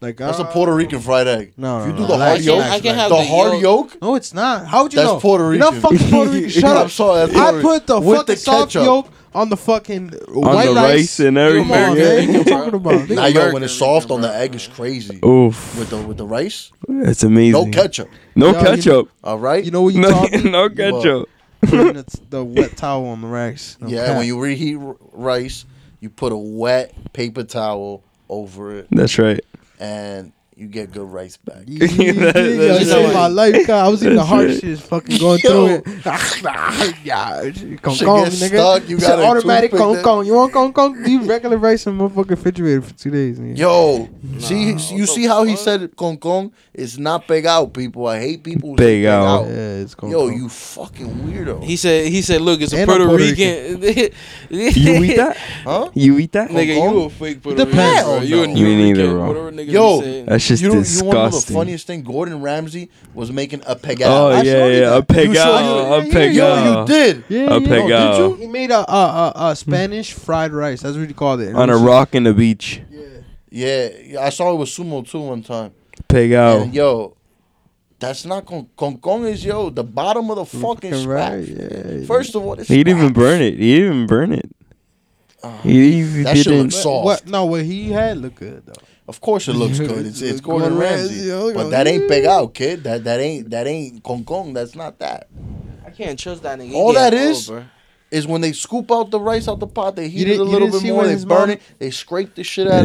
Like, That's a uh, Puerto Rican fried egg. No, if you no, do no, the no. hard I yolk, can't- I can't the, have the hard yolk. No, it's not. How would you That's know? Puerto You're Rican. not fucking Puerto Rican. Shut I'm up. sorry, that's I Puerto put the Rican. With fucking the soft ketchup. yolk on the fucking On white the rice, and Come on, man. everything. What you talking about? Now, Nigga, yo, when it's soft on the egg, is crazy. Oof. With the with the rice, That's no amazing. ketchup. No Yo, you- ketchup. All right. You know what you No, talking? no ketchup. Putting the- the wet towel on the rice. No yeah, cap. when you reheat r- rice, you put a wet paper towel over it, That's right. and you get good rice back. Yeah, yo, That's yo, it. my life, God, I was in the That's hard it. shit, fucking going through Yo. it. yeah, shit, con Shit con, gets nigga. stuck, you Shit got a automatic toothpick con that- con. You want con con? You regular rice in motherfucking refrigerator for two days, nigga. Yo, see, you see how he said it, con con? It's not big out, people. I hate people. Who say Big out. yeah, it's con Yo, con. you fucking weirdo. He said, he said, look, it's a And Puerto, I'm Puerto Rican. You eat that? huh? You eat that? Nigga, you a fake Puerto Rican, Depends. bro. You a New Hell no. Me neither, Rican, bro. whatever nigga Yo. be saying. That's just you, don't- you disgusting. wanna know the funniest thing? Gordon Ramsay was making a peg out. Oh I yeah, showed you yeah, that. a peg You you showed out, that? a Yeah, yeah, peg Yo, out. you did. yeah, a yeah. peg Oh, did out. you? He made a, a, a, Hmm. a Spanish fried rice. That's what he called it. on a rock in the beach. Yeah, yeah, I saw it with Sumo too one time. Peg And Oh. out. yo, that's not con con con is yo the bottom of the fucking Fucking Mm, right, spatula. yeah. First of all, it's He didn't even spatula. burn it. He didn't even burn it. He even Uh, that shit didn't. looks- What- Soft. What? No, what he had looked good though. Of course, it looks good. It's, it's Gordon Ramsay, yo, but yo, that ain't yeah. big out, kid. That that ain't that ain't con con. That's not that. I can't trust that nigga. He All getting that old, is- bro. Is when they scoop out the rice out the pot, they heat it didn't- a you little didn't bit see more, when they his burn mom- it, they scrape the shit out of Yeah.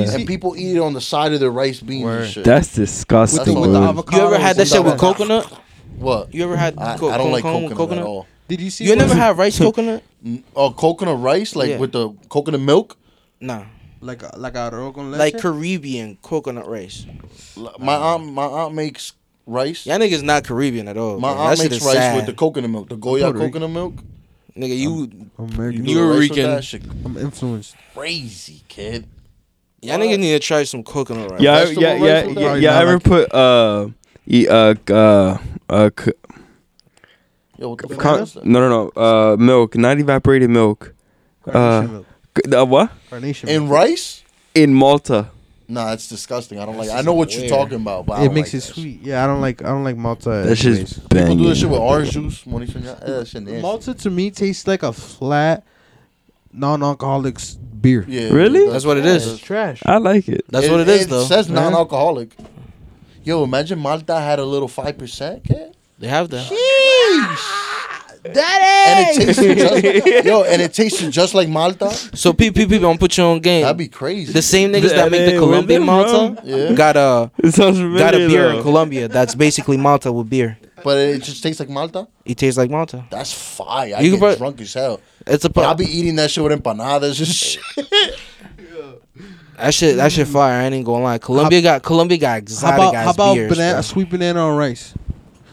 You it, see- and people eat it on the side of their rice beans Word. and shit. That's disgusting. With the, all with the it avocado. is. dude. You ever had that shit with coconut? what? You ever had I, co- I don't like con- coconut, con- at all. Did you see? You what- never had rice coconut? N- Oh, coconut rice, like Yeah. with the coconut milk. Nah. like a- like a arroz con leche? Like Caribbean coconut rice. L- My Uh-huh. aunt, my aunt makes rice. Y'all niggas not Caribbean at all. My bro. aunt That shit makes is rice sad. with the coconut milk, the Goya Puerto Rican. coconut milk. Nigga, you American. do the rice with Rican. That shit I'm influenced. crazy, kid. y'all niggas need to try some coconut rice. Yeah, vegetable yeah, rice yeah, with yeah. that? yeah, I ever like put uh, e- uh, uh, uh, c- Yo, what the fuck con- is that? no, no, no, uh, milk, not evaporated milk. Carnation Uh, milk. C- Uh, what? Carnation. And milk. rice? In Malta. Nah, it's disgusting. I don't like. This I is know what you're weird. talking about, but I it don't makes like it that shit. sweet. Yeah, I don't like I don't like malta. That's anyways. just People banging. do this shit with orange juice, money from your ass, and malta to me tastes like a flat non-alcoholic s- beer. Yeah, Really? yeah, That's what it yeah. It's trash. I like it. That's what it is, though. It says Yeah. non-alcoholic. Yo, imagine Malta had a little five percent. Yeah. They have that. And it tasted just, yo, and it tasted just like Malta. So people, people don't put you on game. That'd be crazy. the same niggas that make Hey, the where Colombian they Malta Yeah. got a It sounds familiar. got a beer though. in Colombia that's basically Malta with beer. but it just tastes like Malta. It tastes like Malta. That's fire. I You can get put- drunk as hell. It's a But I'll pub. be eating that shit with empanadas and shit. that shit. That shit fire. I ain't gonna lie. Colombia got Colombia got exotic How about ass how about beers, banana bro. sweet banana on rice?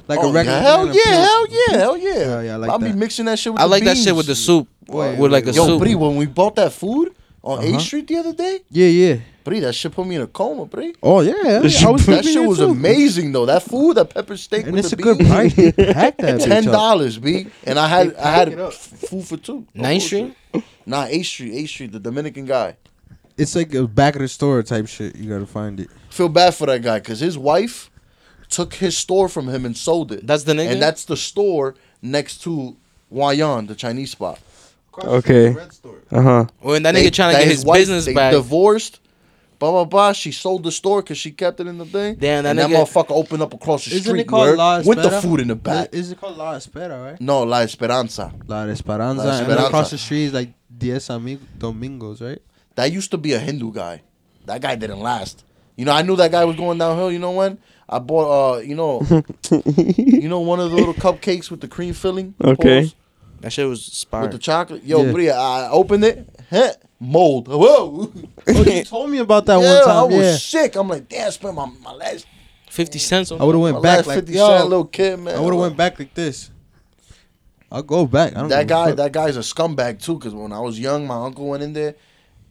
Like Oh, a regular. yeah, hell banana yeah, peel. hell yeah, hell yeah, Hell yeah, I like I'll be that. mixing that shit with I the like that beans. shit with the soup, Wait, with like a wait, Yo, soup. Bree, when we bought that food on Uh-huh. 8th Street the other day, Yeah, yeah. Bree, that shit put me in a coma, Bree. Oh yeah, hell yeah. I was That thinking shit it was too. amazing though. That food, that pepper steak And with it's a the good beans, price. They pack that ten bitch up. dollars, B. And I had I pack had it up. f- food for two. Ninth Street. Nah, 8th Street, 8th Street, the Dominican guy. It's like a back of the store type shit. You gotta find it. Feel bad for that guy because his wife took his store from him and sold it. That's the nigga. and that's the store next to Wayan, the Chinese spot. Okay. Uh huh. when that They- nigga trying to get his wife- business they back. Divorced. Blah blah blah. She sold the store because she kept it in the thing. Damn, that and that nigga- motherfucker opened up across the Isn't street it called word, La with the Espera? food in the back. Is it called La Espera, right? no, La Esperanza. La Esperanza. La And Esperanza. across the street is like Diez Amigos Domingos, right? That used to be a Hindu guy. That guy didn't last. You know, I knew that guy was going downhill. You know when I bought, uh, you know, you know, one of the little cupcakes with the cream filling. Okay. holes that shit was With inspired. the chocolate, yo, Yeah. Bria, I opened it, heh, mold. Whoa. Oh, you told me about that yeah, I one time. was Yeah, sick. I'm like, damn, I spent my, my last Fifty cents on. I would have my went last back like 50 yo, cent little kid, man. I would have went back like this. I'll go back. I don't That give a guy, fuck. that guy's a scumbag too. Cause when I was young, my uncle went in there,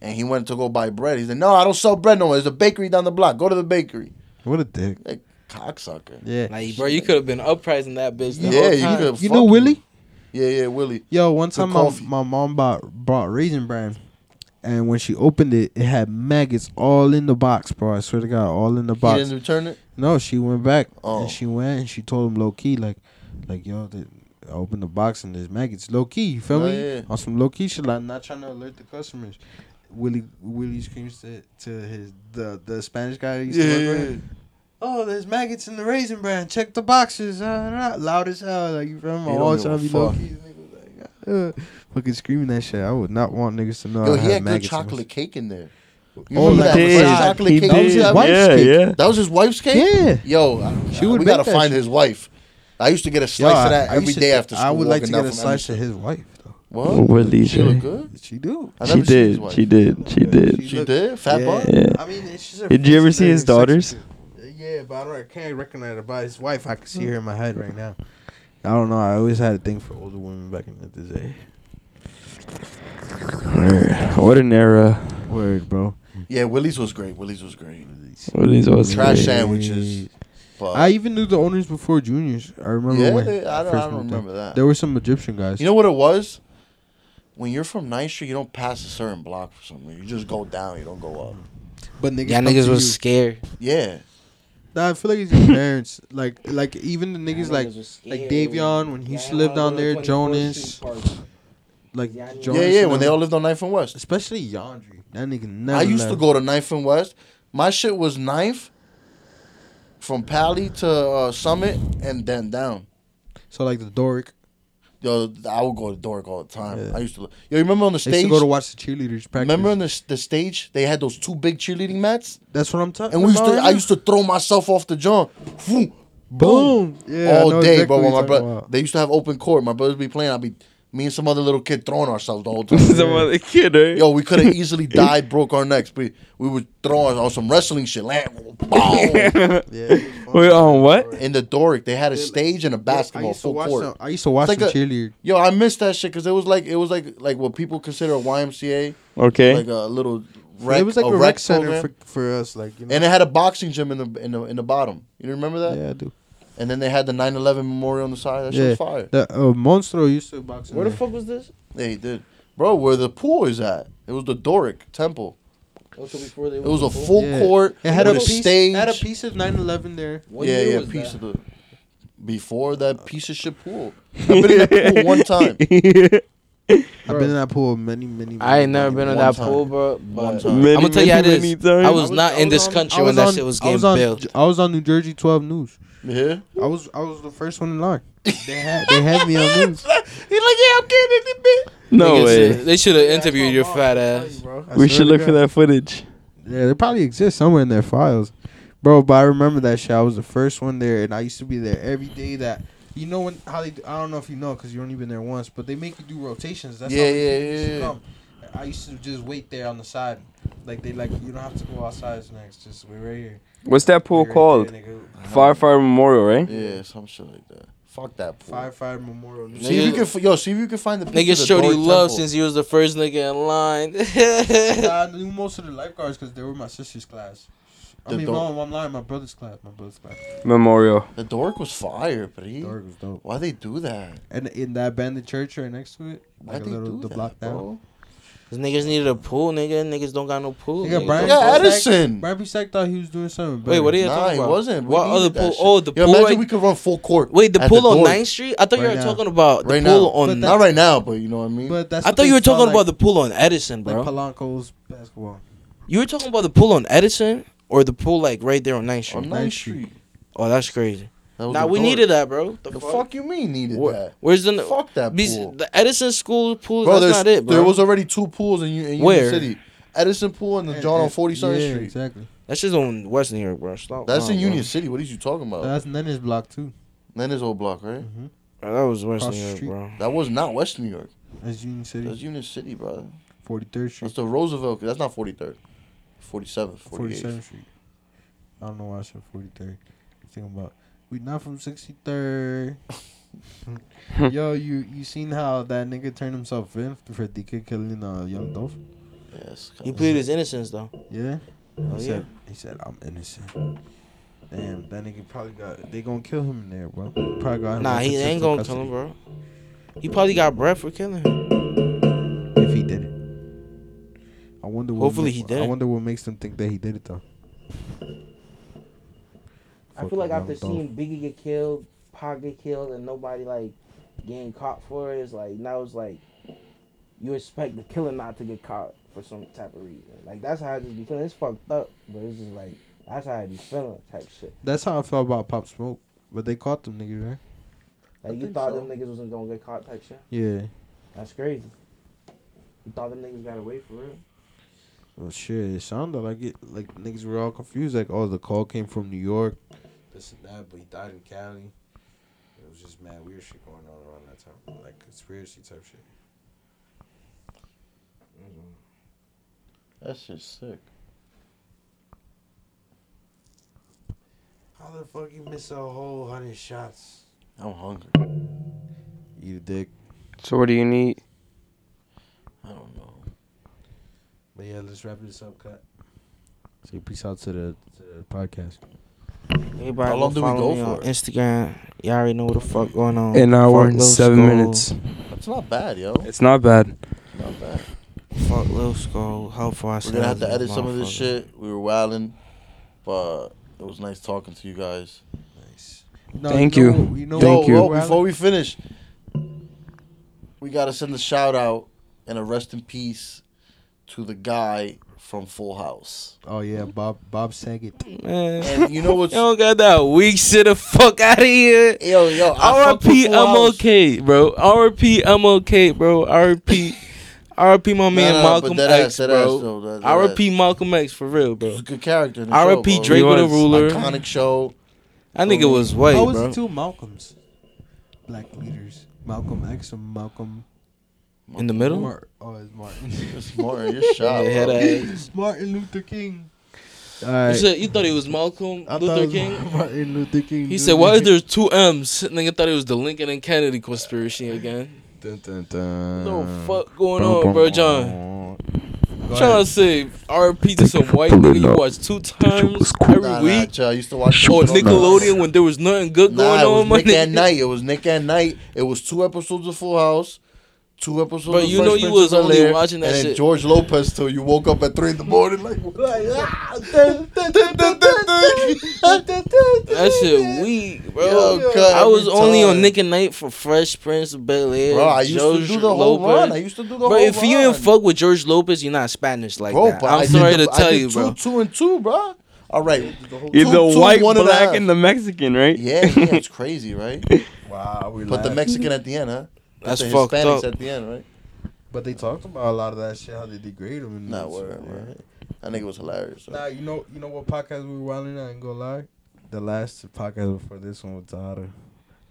and he went to go buy bread. He said, "No, I don't sell bread no more. There's a bakery down the block. Go to the bakery." What a dick. Like cocksucker. Yeah. Like, bro, you could have been uprising that bitch. The Yeah, whole you time. could. you know Willie? Yeah, yeah, Willie. Yo, one The time my, coffee. my mom bought bought raisin bran, and when she opened it, it had maggots all in the box, bro. I swear to God, all in the He box. didn't return it. No, she went back Oh. and she went and she told him low key like, like yo, the, I opened the box and there's maggots. Low key, you feel Oh, me? yeah. On some low key shit, like not trying to alert the customers. Willie Willie screams to, to his the the Spanish guy. He used to work with. Oh, there's maggots in the raisin bran. Check the boxes. Uh, loud as hell. Like you feel me? He don't All give a trying to be fuck. low key. Niggas like, uh, fucking screaming that shit. I would not want niggas to know. Yo, I he had had good maggots in my- chocolate cake in there. You Oh, he remember that did. Versace chocolate He cake? That was he did. his had? wife's Yeah, cake. yeah. That was his wife's cake. Yeah. Yo, I- She I- would we gotta make that find shit. his wife. I used to get a Yo, slice of that I every used to- day after school. I would like to walking get down a from slice Emerson. of his wife. Though. What? Willie She look J. good. She do. I She never seen his did. wife. She did. She did. She did. Fat butt. Yeah. I mean, it's just her Did you ever face see is his very daughters? sexy. Yeah, but I, don't, I can't recognize her by his wife. I can see her in my head right now. I don't know. I always had a thing for older women back in the day. What an era. Word, bro. Yeah, Willie's was great. Willie's was great. Willie's was Trash great. sandwiches. But I even knew the owners before juniors. I remember yeah, when. they- I don't, first I don't moved there. remember that. There were some Egyptian guys. You know what it was? When you're from 9th Street, you don't pass a certain block for some reason. You just go down. You don't go up. but niggas, Yeah, come niggas to was scared. Yeah. you. Nah, I feel like it's your parents. Like, like even the niggas like like Davion when he used to live down there. Jonas, like Yeah, I know. Jonas. yeah, yeah. and When they them. all lived on 9th and West. especially Yandri. That nigga never. I used to left. go to 9th and West. My shit was 9th from Pali to uh, Summit and then down. So like the Doric. Yo, I would go to Dork all the time. Yeah. I used to. Yo, you remember on the They used stage? to go to watch the cheerleaders practice. remember on the, s- the stage they had those two big cheerleading mats, That's what I'm talking. and we used to. about. I used to throw myself off the jump. Boom. boom. Yeah, I all know day, exactly bro. what you're When my talking brother, about. they used to have open court. My brothers be playing. I'd be me and some other little kid throwing ourselves the whole time. Some other kid, eh? right? Yo, we could have easily died, broke our necks, but we were throwing on some wrestling shit. Like, boom. Wait, on what? In the Doric, they had a stage and a I basketball used to full watch. court. Some, I used to watch It's some like a- cheerleader. Yo, I missed that shit because it was like it was like like what people consider a YMCA, Okay. like a little rec, it was like a, rec, center program. for, for us, like you know. and uh, it had a boxing gym in the in the in the bottom. You remember that? yeah, I do. And then they had the 9/11 memorial on the side. That shit Yeah. was fire. The uh, Monstro used to box. in Where the there. fuck was this? Yeah, he did, bro. Where the pool is at? It was the Doric Temple. Also before they It was a full Yeah. court. It had a, with piece, stage. it had a piece of 9/11 there. yeah, yeah, piece of the. Before that piece of shit pool, I've been in that pool one time. I've been in that pool many, many. many I ain't never been in One that time. pool, bro. One But time. Many, I'ma tell you how many, it is. many times. I was not in this on- I country when that on- shit was I getting on, built. I was on New Jersey 12 News. Yeah, I was I was the first one in line. They had they had me on news. no Niggas, way. They should have interviewed your fat ass. I We swear should to look for God. that footage. Yeah, they probably exist somewhere in their files, bro. But I remember that shit. I was the first one there, and I used to be there every day. That you know when how they do, I don't know if you know because you only been there once, but they make you do rotations. That's Yeah, how many yeah, people used to yeah, yeah. come. I used to just wait there on the side, like they like you don't have to go outside next. Just wait right here. What's that pool Wait right called? there, nigga. Firefighter Memorial, right? yeah, some shit like that. Fuck that pool. Firefighter Memorial. See if you can, f- yo, see if you can find the picture of the Niggas showed you Doric love Temple. since you was the first nigga in line. Nah, I knew most of the lifeguards because they were my sister's class. I The mean, dog- no, I'm lying. My brother's class. My brother's class. Memorial. The Doric was fire, but he. Dog was dope. Why they do that? And in that abandoned church right next to it, Why like a they little do the that, block down. bro? Cause niggas needed a pool, nigga. Niggas don't got no pool. They got nigga. Brian. Yeah, Bosack- Edison. Brian B. Sack thought he was doing something. Wait, what are you Nah, talking it about? wasn't. We What other needed that pool? shit. Oh, the Yo, pool. Imagine right- we could run full court. Wait, the at pool on Doric. 9th Street? I thought you Right were now. talking about the Right pool now. But on. that- Not right now, but you know what I mean. But that's I what thought they you were saw, talking like- about the pool on Edison, like bro. Polanco's basketball. you were talking about the pool on Edison or the pool like right there on 9th on Street. 9th Ninth Street. Oh, that's crazy. That was Nah, the we Doric. needed that, bro. The, The fuck? fuck you mean needed Where- that? Where's the Fuck that Bes- pool. The Edison school pool. Bro, that's there's, not it, bro. there was already two pools in, U- in Where? Union City. Edison Pool and the John on 47th yeah, Street. Exactly. Oh, That's just on West New York, bro. Stop. That's lying, in bro. Union City. What are you talking about? That's Nenner's block too. Mm-hmm. Then is old block, right? Bro, that was West Across New the York, street. bro. That was not West New York. That's Union That's City, Union City, brother. 43rd Street, That's the Roosevelt. That's not 43rd. 47th, 48th. 47th Street. I don't know why I said 43rd. Think about we not from 63rd. Yo, you you seen how that nigga turned himself in for DK killing uh, Young Dolph? Yes. He pleaded his innocence, though. Yeah. Oh, he yeah. said he said I'm innocent. Damn, that nigga probably got they gonna kill him in there, bro. Probably got him Nah, in he protective ain't gonna kill him, bro. He probably got breath for killing him. custody if he did it. I wonder. What Hopefully ma- he did I it. wonder what makes them think that he did it though. I feel like Fucking after Young Dolph. seeing Biggie get killed, Pac get killed, and nobody like getting caught for it, it's like now it's like you expect the killer not to get caught for some type of reason. Like that's how I just be feeling. It's fucked up, but it's just like that's how I be feeling type shit. That's how I felt about Pop Smoke, but they caught them nigga, right? Like you think thought so. them niggas wasn't gonna get caught type shit. Yeah. That's crazy. You thought them niggas got away for real. Well, shit, it sounded like it. Like niggas were all confused. Like, oh, the call came from New York. This and that, but he died in Cali. It was just mad weird shit going on around that time, like conspiracy type shit. That's just sick. How the fuck you miss a whole hundred shots? I'm hungry. Eat a dick. So what do you need? I don't know. But yeah, let's wrap this up, cut. Say peace out to the to the podcast. Everybody How go long do we follow go me on for? Instagram. Y'all already know what the fuck going on. An hour Fuck and Lil seven Skull. minutes. It's not bad, yo. It's not bad. Not bad. Fuck Lil Skull. Help for We're ourselves. gonna have to edit some of this motherfucker. shit. We were wilding, but it was nice talking to you guys. Nice. No, Thank know you. what- know Thank what- yo, you. yo, before we finish, we gotta send a shout out and a rest in peace to the guy from Full House. oh yeah, Bob Bob Saget. Man. And you know what's You don't got that weak shit the fuck out of here. yo yo I fuck with RP, Full I'm House. okay, bro. RP, I'm okay, bro. RP, RP, my man Nah, nah, but Malcolm that X, ass, that ass, bro. though, that- that ass. RP, Malcolm X, for real, He was bro. a good character. in the show, RP, bro. Draco the was Ruler. Iconic show. I think it was white, How was bro. it two Malcolms? Black leaders. Malcolm X and Malcolm In the middle. Mar- oh, it's Martin. It's Martin, you're shot. Yeah, bro. had a- it's Martin Luther King. All You right. said you thought it was Malcolm Luther King. Martin Luther King. He said, "Why is there two M's?" Nigga thought it was the Lincoln and Kennedy conspiracy again. Dun, dun, dun. No Mm. fuck going on, bro, John. I'm trying to say RP to some white nigga you watch two times Nah, every nah, week child, I used to watch or that shit on Nickelodeon when there was nothing good Nah, going it was on. my Nick at nigga. Night. It was Nick at Night. It was two episodes of Full House, two episodes. Bro, of you Fresh know you Prince of was only Bel-Air, watching that and then shit. George Lopez till you woke up at three in the morning, like. That shit weak, bro. Yo, cut I was every only on time. Nick and Night for Fresh Prince of Bel Air. Bro, I used George to do the whole Lopez. run. I used to do the Bro, whole if run. you even fuck with George Lopez, you're not Spanish like bro, that. but I'm I did sorry the- to I tell did you, two, bro. Two and two, bro. All right. Two- You're the two, white, one a half. black, and the Mexican, right? Yeah, yeah, it's crazy, right? Wow, we But the Mexican at the end, huh? But That's the fucked Hispanics up. at the end, right? But they talked about a lot of that shit, how they degrade them. And Nah, shit, word, yeah. word. That nigga was hilarious. Nah, Right? you know, you know what podcast we were wilding at? I ain't gonna lie. The last podcast before this one was Tara.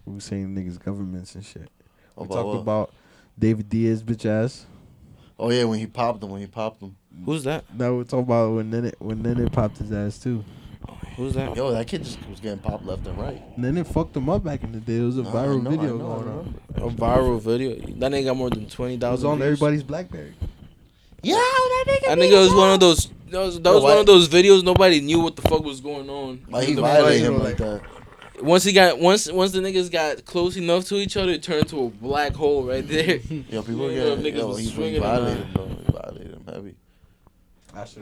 We were saying niggas governments and shit. We About talked Oh, what? about David Diaz bitch ass. Oh yeah, when he popped him, when he popped him. Who's that? Now we're talking about when Nene, when Nene popped his ass too. Who's that? Yo, that kid just was getting popped left and right. Nene fucked him up back in the day. It was a Nah, I viral know, I video know, I going on. remember. A viral video. That nigga got more than twenty It was thousand. on everybody's BlackBerry. Yeah, that nigga. That nigga was one of those. That was, that Yo, was why- one of those videos nobody knew what the fuck was going on. Why he The violated viral, him like that? Once he got once once the niggas got close enough to each other, it turned into a black hole right there. Yo, people Yeah, them get niggas yo, was he swinging he him, violated huh? him, bro. He violated him heavy.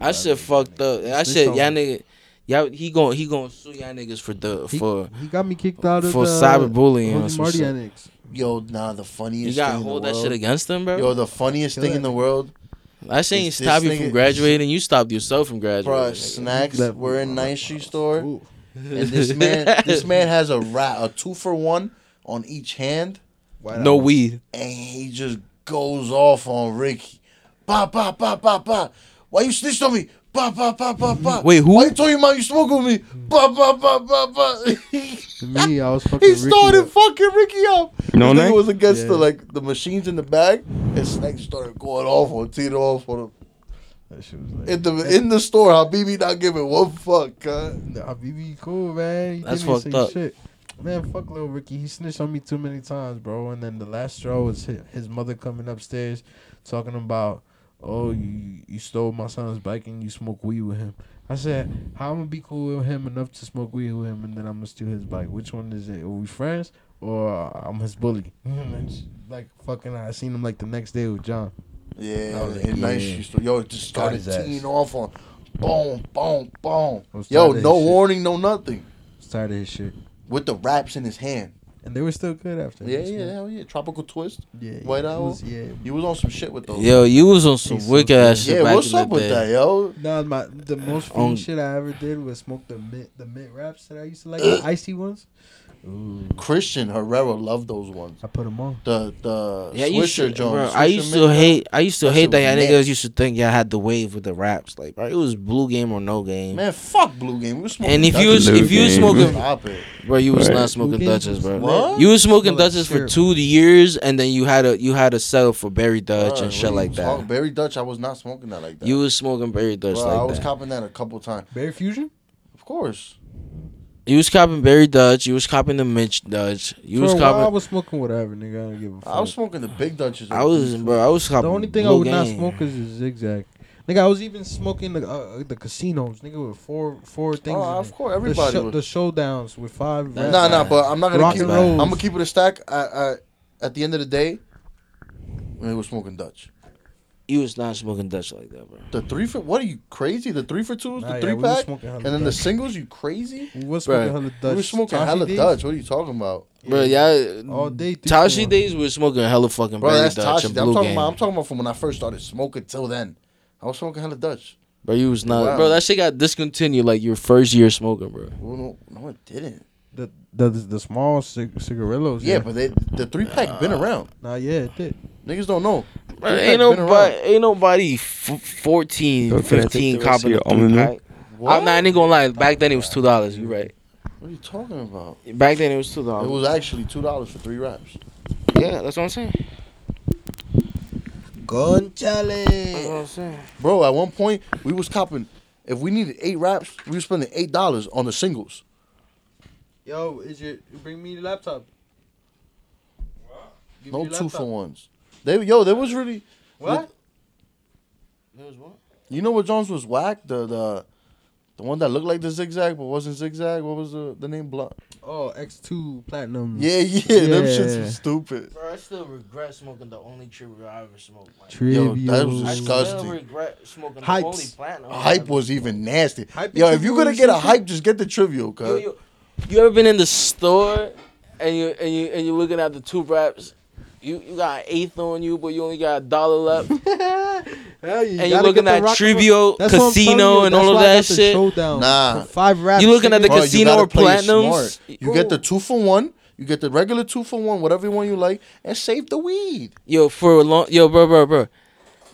I should fucked up. I Snitch should on y'all him. nigga. Y'all he gon' he gon' sue y'all niggas for the He, for he got me kicked out of for the cyberbullying or Holy some Marty shit. annex. Yo, nah, the you funniest gotta thing in hold the that world. shit against them, bro. Yo, the funniest thing in the world, that shit ain't is this stop you from nigga- graduating. You stopped yourself from graduating. bro. nigga. Snacks. Left- We're in Ninth Street store. Ooh. and this man this man has a rat a two for one on each hand Why no not? weed. and he just goes off on Ricky. Ba ba ba ba ba. Why you snitched on me? Ba ba ba ba ba. Wait, who? Why you told your mom you smoked with me? Ba ba ba ba ba. To me, I was fucking. he Ricky started up. fucking Ricky up. No This nigga neck? was against the Yeah. like the machines in the back, and Snake started going off on Tito off on That shit was him. in the in the store. Habibi not giving one fuck. huh? Nah, BB cool, man. He That's didn't fucked say up. Shit. Man, fuck little Ricky. He snitched on me too many times, bro. And then the last straw was his, his mother coming upstairs talking about, oh, you, you stole my son's bike and you smoke weed with him. I said, how I'm going to be cool with him enough to smoke weed with him and then I'm going to steal his bike? Which one is it? Are we friends or uh, I'm his bully? And she- like, fucking, I seen him like the next day with John. Yeah, I was like, and nice yeah. shoe store. Yo, it just Got his started ass. teeing off on boom, boom, boom. I was Yo, tired of no his shit. warning, no nothing. I was tired of his shit. With the wraps in his hand. And they were still good after. Yeah, He yeah, smoked- hell yeah. Tropical twist. yeah. White he Owl? was- yeah. You was on some shit with those. Yo, you was on some He's so wicked ass shit yeah, back what's in the up with day. that, yo? No, my the most fiend Um, On- shit I ever did was smoke the mint the mint wraps that I used to like, the icy ones. Ooh, Christian Herrera loved those ones. I put them on. The the Yeah, you Swisher should, Jones. bro. I Swisher used to Mint. hate. I used to That hate shit that y'all was niggas lit. used to think y'all had the wave with the raps. Like, bro, it was blue game or no game. Man, fuck Blue Game. We was smoking And if you Dutchess. was if you was Blue Game. smoking, Stop it. bro, you was Right. not Blue smoking Game Dutchess, was bro. What? You was smoking Smell like Dutchess for syrup. two years, and then you had a you had to settle for Berry Dutch Bruh, and what shit you like talk- that. Barry Dutch, I was not smoking that like that. You was smoking Berry Dutch Bruh, I like was that. copping that a couple times. Berry fusion. Of course. you was copping Berry Dutch. You was copping the Mitch Dutch. You For was a while, I copping. was smoking whatever, nigga. I don't give a fuck. I was smoking the big Dutchess. I was, bro. I was the copping. only thing I Blue would not Game. smoke is a zigzag. Nigga, I was even smoking the uh, uh, the casinos, nigga, with four four things. Oh, in of it. course, The, everybody. sho- was. the showdowns with five. Nah, wraps. Nah, nah, but I'm not gonna Rock keep. and rolls. I'm gonna keep it a stack. I, I, at the end of the day, we were smoking Dutch. You was not smoking Dutch like that, bro. The three for what are you crazy? The three for twos, Nah, the yeah, three we was pack, smoking hella and then the Dutch. singles. You crazy? we was Bruh, smoking hella We Dutch. were smoking Toffee hella days? Dutch. What are you talking about, Bro, y'all All day. three, Tashi four. days we were smoking hella fucking bro? Berry that's Dutch Tosh. I'm and talking Blue Game. about. I'm talking about from when I first started smoking till then. I was smoking hella Dutch. Bro, you was not. Wow. Bro, that shit got discontinued like your first year smoking, bro. Well, no, no, it didn't. The, the the small cig- cigarillos. Yeah, but they the three pack been around. nah, yeah, it did. Niggas don't know. Bro, Three ain't pack been nobody, around. ain't nobody f- 14, Yo, can I take 15 the rest of copping your a three almond milk? pack. What? I'm not I ain't gonna lie. Back then it was two dollars. You right? What are you talking about? Back then it was two It dollars. was actually two dollars for three wraps. Yeah, that's what I'm saying. That's what I'm saying. Bro, at one point we was copping. If we needed eight raps, we were spending eight dollars on the singles. Yo, is your bring me the laptop? Give No me your two laptop. for ones. They yo, there was really What? you know what Jones was whack? The the the one that looked like the zigzag but wasn't zigzag. What was the the name? Blunt. Oh, oh X2 platinum. Yeah, yeah, them shits Yeah. was stupid. Bro, I still regret smoking the only trivia I ever smoked. Like, Yo, that was I Trivial. still Disgusting. regret smoking Hypes. the only platinum. I Hype ever- was even nasty. Hype Yo, is if you're gonna even get a stupid. hype, just get the trivial, Yo, cuz. yo, you ever been in the store and you and you and you're looking at the two wraps? You you got an eighth on you, but you only got a dollar left. Hell, you and you gotta looking get the at Rockefeller- Trivio, That's what I'm telling Casino, you, and that's all of why I that got the shit. Showdown. Nah. For Five raps. You looking at the nigga. Bro, you casino gotta or play platinums? it smart. You get the two for one. You get the regular two for one, whatever one you like, and save the weed. Yo, for a long, yo, bro, bro, bro.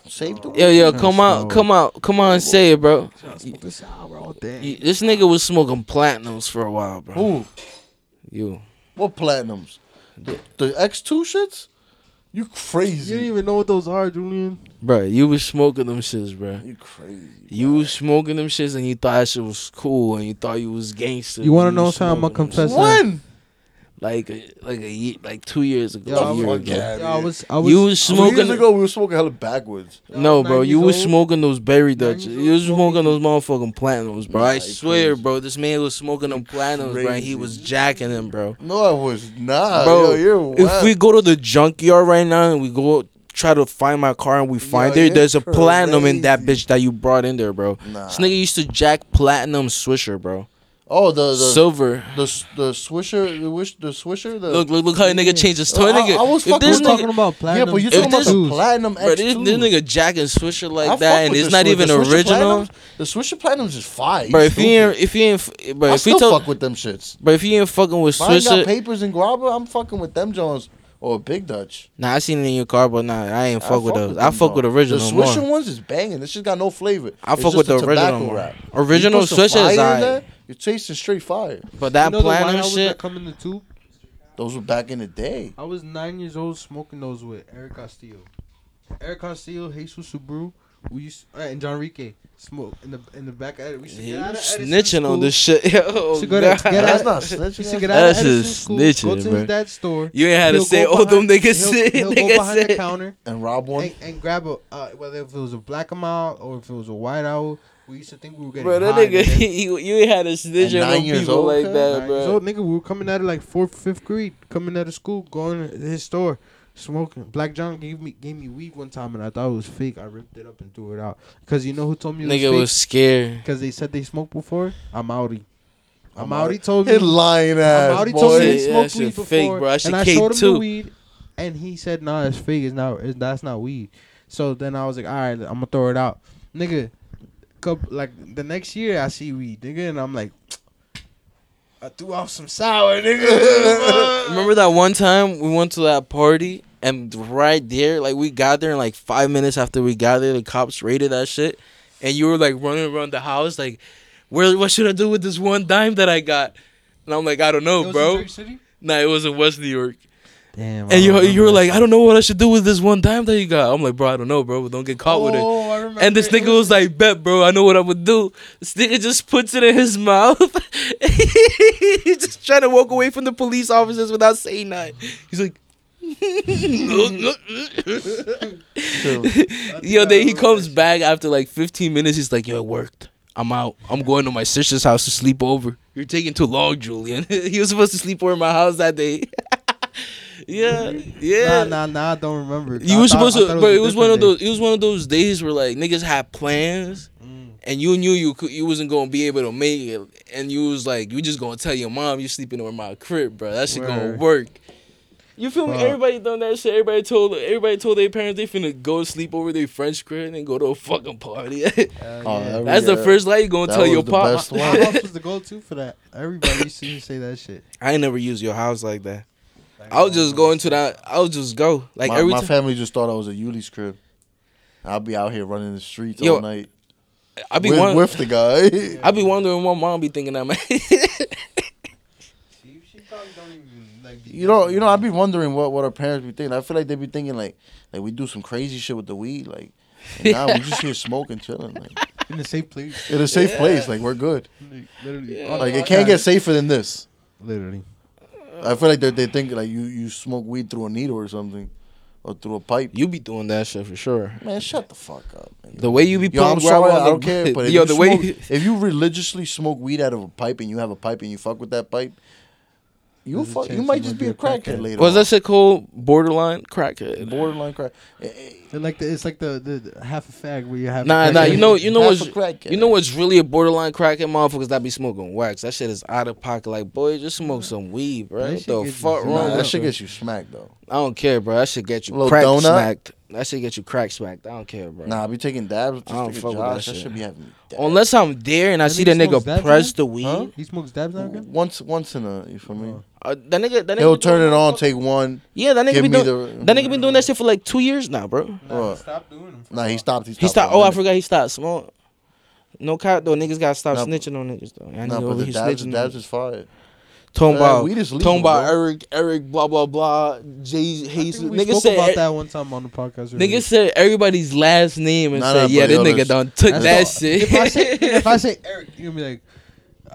Save the weed. Hmm. Yo, yo, Tryna come out, smoke. come out, come on, and say it, bro. This hour all day. You- this nigga was smoking platinums for a while, bro. Ooh, You. what platinums? The, the X2 shits? You You don't crazy. even know what those are, Julian. Bro, you was smoking them shits, bro. You crazy. You was smoking them shits and you thought that shit was cool and you thought you was gangster. You wanna was know something? I'ma smoking them confess shits. When? Oh, Like, a, like a ye like two years ago. Yo, a I'm year fuck ago. yeah. Yeah, I was, I was, you was Two years smoking. ago, we were smoking hella backwards. No, Nine bro, you years was old. smoking those berry Dutch. years You was old, smoking those motherfucking platinums, bro. I Nah, he swear, crazy. bro, this man was smoking them platinums, bro. And he Crazy. was jacking them, bro. No, I was not. Yo, Bro, you're If we go to the junkyard right now and we go try to find my car and we find Yo, it, there's a you're platinum in that crazy. bitch that you brought in there, bro. Nah. This nigga used to jack platinum swisher, bro. Oh, the the, Silver. the the swisher, the wish, the swisher. The, Look, look, look how a nigga changed his toy, I- nigga. I was if fucking this with nigga, talking about yeah, platinum. but you're talking If about this- the platinum bro, X2. this, this nigga jacking swisher I like fuck that, and with it's the not Swisher. even The Swisher original. Platinums- the Swisher Platinums is fire. Bro, if you stupid. ain't, if you ain't, f- bro, I if you still talk, fuck with them shits. bro, if you ain't fucking with If I ain't got Swisher, papers and guava, I'm fucking with them Jones or Big Dutch. nah, I seen it in your car, but nah, I ain't I fuck, with those. I them, fuck with though. original The more. Swisher ones is banging. This shit got no flavor. I It's fuck just with a the original tobacco more. wrap. Original You put some Swisher is fire in alright, there, You're tasting straight fire. but that you know the White platinum Houses shit. that come in the tube. Those were back in the day. I was nine years old smoking those with Eric Castillo. Eric Castillo, Jesus Subaru, we used uh, and John Rique smoke in the in the back at it. We used to Yeah, get out you of Edison snitching on school. this shit. Yo, Should go to- God. get out- That's not We used snitching. to get out of that's- That's Edison just school, snitching, go to bro. his dad's store. you ain't had to he'll say, go "Oh, them behind- niggas." He'll, he'll go niggas behind the said- counter And rob one. and, and grab a uh, whether if it was a black amount or if it was a white owl. We used to think we were getting Bro, that high, nigga, nigga. you, you ain't had to snitch At on nine years people old, like huh? that, Nine years old, bro. nigga, we were coming out of like fourth, fifth grade, coming out of school, going to his store, smoking. Black John gave me gave me weed one time, and I thought it was fake. I ripped it up and threw it out. Cause you know who told me it was Nigga was scared. Because they said they smoked before. I'm outy. I'm Amaury. outy told me. Hit lying ass. Amaury told boy. me Yeah, he that smoked shit weed before, fake, bro. That shit and I cake showed him too. the weed, and he said, "Nah, it's fake. It's not. It's, that's not weed." So then I was like, "All right, I'm gonna throw it out, nigga." Couple, like the next year, I see weed, nigga, and I'm like, I threw off some sour, nigga. Remember that one time we went to that party and right there, like we got there and like five minutes after we got there, the cops raided that shit, and you were like running around the house like, where? What should I do with this one dime that I got? And I'm like, I don't know, bro. Nah, it was in West New York. Damn. And you you were like, I don't know what I should do with this one dime that you got. I'm like, bro, I don't know, bro. But don't get caught with it. Oh, I remember. And this nigga was like, bet, bro, I know what I would do. This nigga just puts it in his mouth. He's just trying to walk away from the police officers without saying that. He's like, yo, then he comes back after like 15 minutes. He's like, yo, it worked. I'm out. I'm going to my sister's house to sleep over. You're taking too long, Julian. he was supposed to sleep over at my house that day. yeah, yeah. Nah, nah, nah. I don't remember. You I were thought- I supposed to, thought but a it was one different of day. those. It was one of those days where like niggas had plans, and you knew you could, you wasn't gonna be able to make it, and you was like, you just gonna tell your mom you sleeping over my crib, bro. That shit gonna Word. work. You feel me? Fuck. Everybody done that shit. Everybody told everybody told their parents they finna go sleep over their French crib and then go to a fucking party. Oh, that was- That's the yeah. first lie you gonna That tell was your the pop. best My house was the go-to for that. Everybody used to say that shit. I ain't never used your house like that. I was just going to that. I was just go like my, every my time. family just thought I was a Yuli's crib. I'll be out here running the streets Yo, all night I be with, one. with the guy. I be wondering what mom be thinking that man. you know, you know, I'd be wondering what, what our parents be thinking. I feel like they be thinking like like we do some crazy shit with the weed, like and now we just here smoking, chilling, like in the same place. in a safe place, like we're good. Like, Literally, Yeah. on the Like it can't podcast. get safer than this. literally. I feel like they they think like you you smoke weed through a needle or something, or through a pipe. You be doing that shit for sure. Man, shut the fuck up. nigga. The way you be Yo, putting I'm grab sorry, on I the- don't care. But if, yo, you the smoke, way if you religiously smoke weed out of a pipe and you have a pipe and you fuck with that pipe, You There's a fuck, you chance might you just might be be a a crackhead. crackhead later. Was on. that shit called borderline crackhead? borderline crack? Eh, eh, They're like the, it's like the, the, the half a fag where you have. Nah, a nah. crackhead. You know, you know Half what's a crackhead. you know what's really a borderline crackhead motherfuckers that be smoking wax. That shit is out of pocket. Like, boy, just smoke some weed, bro. That What shit the gets you fuck some wrong? Nah, Nah, that with shit bro. gets you smacked though. I don't care, bro. That should get you Little crack donut? smacked. That should get you crack smacked. I don't care, bro. Nah, I be taking dabs with this I don't nigga fuck with that Josh. That shit. should be having me dead. Unless I'm there and I That see nigga the nigga smokes that press joint? the weed. Huh? He smokes dabs now again. once once in a you feel me? Uh, that nigga, that nigga He'll be turn doing- it on, take one. Yeah, that nigga Give be me doing. the. Mm. That nigga been doing that shit for like two years now, bro. Nah, he stop doing them. Nah, he stopped. He stopped. He stopped. for a Oh, I minute. forgot he stopped smoking. No cop though. Niggas gotta stop Nah, but- snitching on niggas though. I Nah, know but he the dabs, snitching. the dabs is fired. Talking Uh, about, weed is legal, talking about bro. Eric, Eric, blah blah blah, Jay, Jesus. we Nigga spoke said, about that one time on the podcast. already. nigga said everybody's last name and Nah, said, nah, yeah, but this yo, nigga that's- done took that's that all- if I say shit. if I say Eric, you're gonna be like,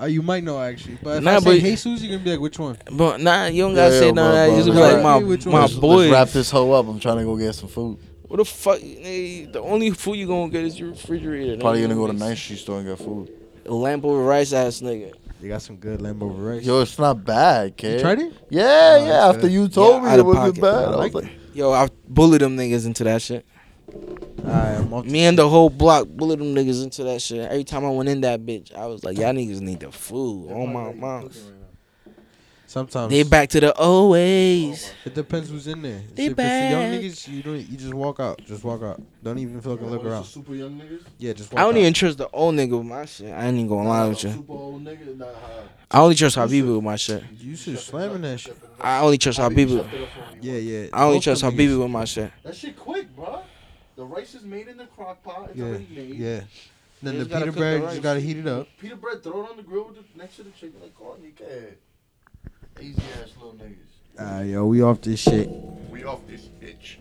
uh, you might know actually, but if Nah, I say but- Jesus, you're gonna be like, which one? but nah, you don't gotta Yeah, say yeah, none bro, of that. bro, You just be bro. like my Hey, which my one's- Let's, boy. let's wrap this hoe up. I'm trying to go get some food. What the fuck? nigga, the only food you gonna get is your refrigerator. Probably nigga. gonna go to Ninth Street store and get food. A lamp over rice ass nigga. They got some good Lambo rice. Yo, it's not bad, kid. you tried it? Yeah, Oh, yeah. that's After good. you told Yeah, me out it of wasn't pocket. bad, I I was like like, Yo, I bullied them niggas into that shit. Alright, I'm off. Me and the whole block bullied them niggas into that shit. Every time I went in that bitch, I was like, y'all niggas need the food. Oh my mom. Sometimes They back to the old ways. It depends who's in there. They if it's the young back. niggas, you don't. You just walk out. Just walk out. Don't even fucking look When it's around. the Super young niggas. Yeah, just. Walk I don't out. even trust the old nigga with my shit. I ain't even gonna lie with you. Super old niggas. Nah, I only trust Habibu with my shit. You should slamming that shit. I only trust Habibu. shut it up on me. Yeah, yeah. I only Both trust them niggas. Habibu with my shit. That shit quick, bro. The rice is made in the crock pot. It's Yeah, already made. yeah. Then They the just gotta pita cook the bread, you rice. just gotta heat it up. Peter bread, throw it on the grill with the, next to the chicken. Like, oh, you can. easy ass little niggas. Ah, yo, we off this shit. We off this bitch.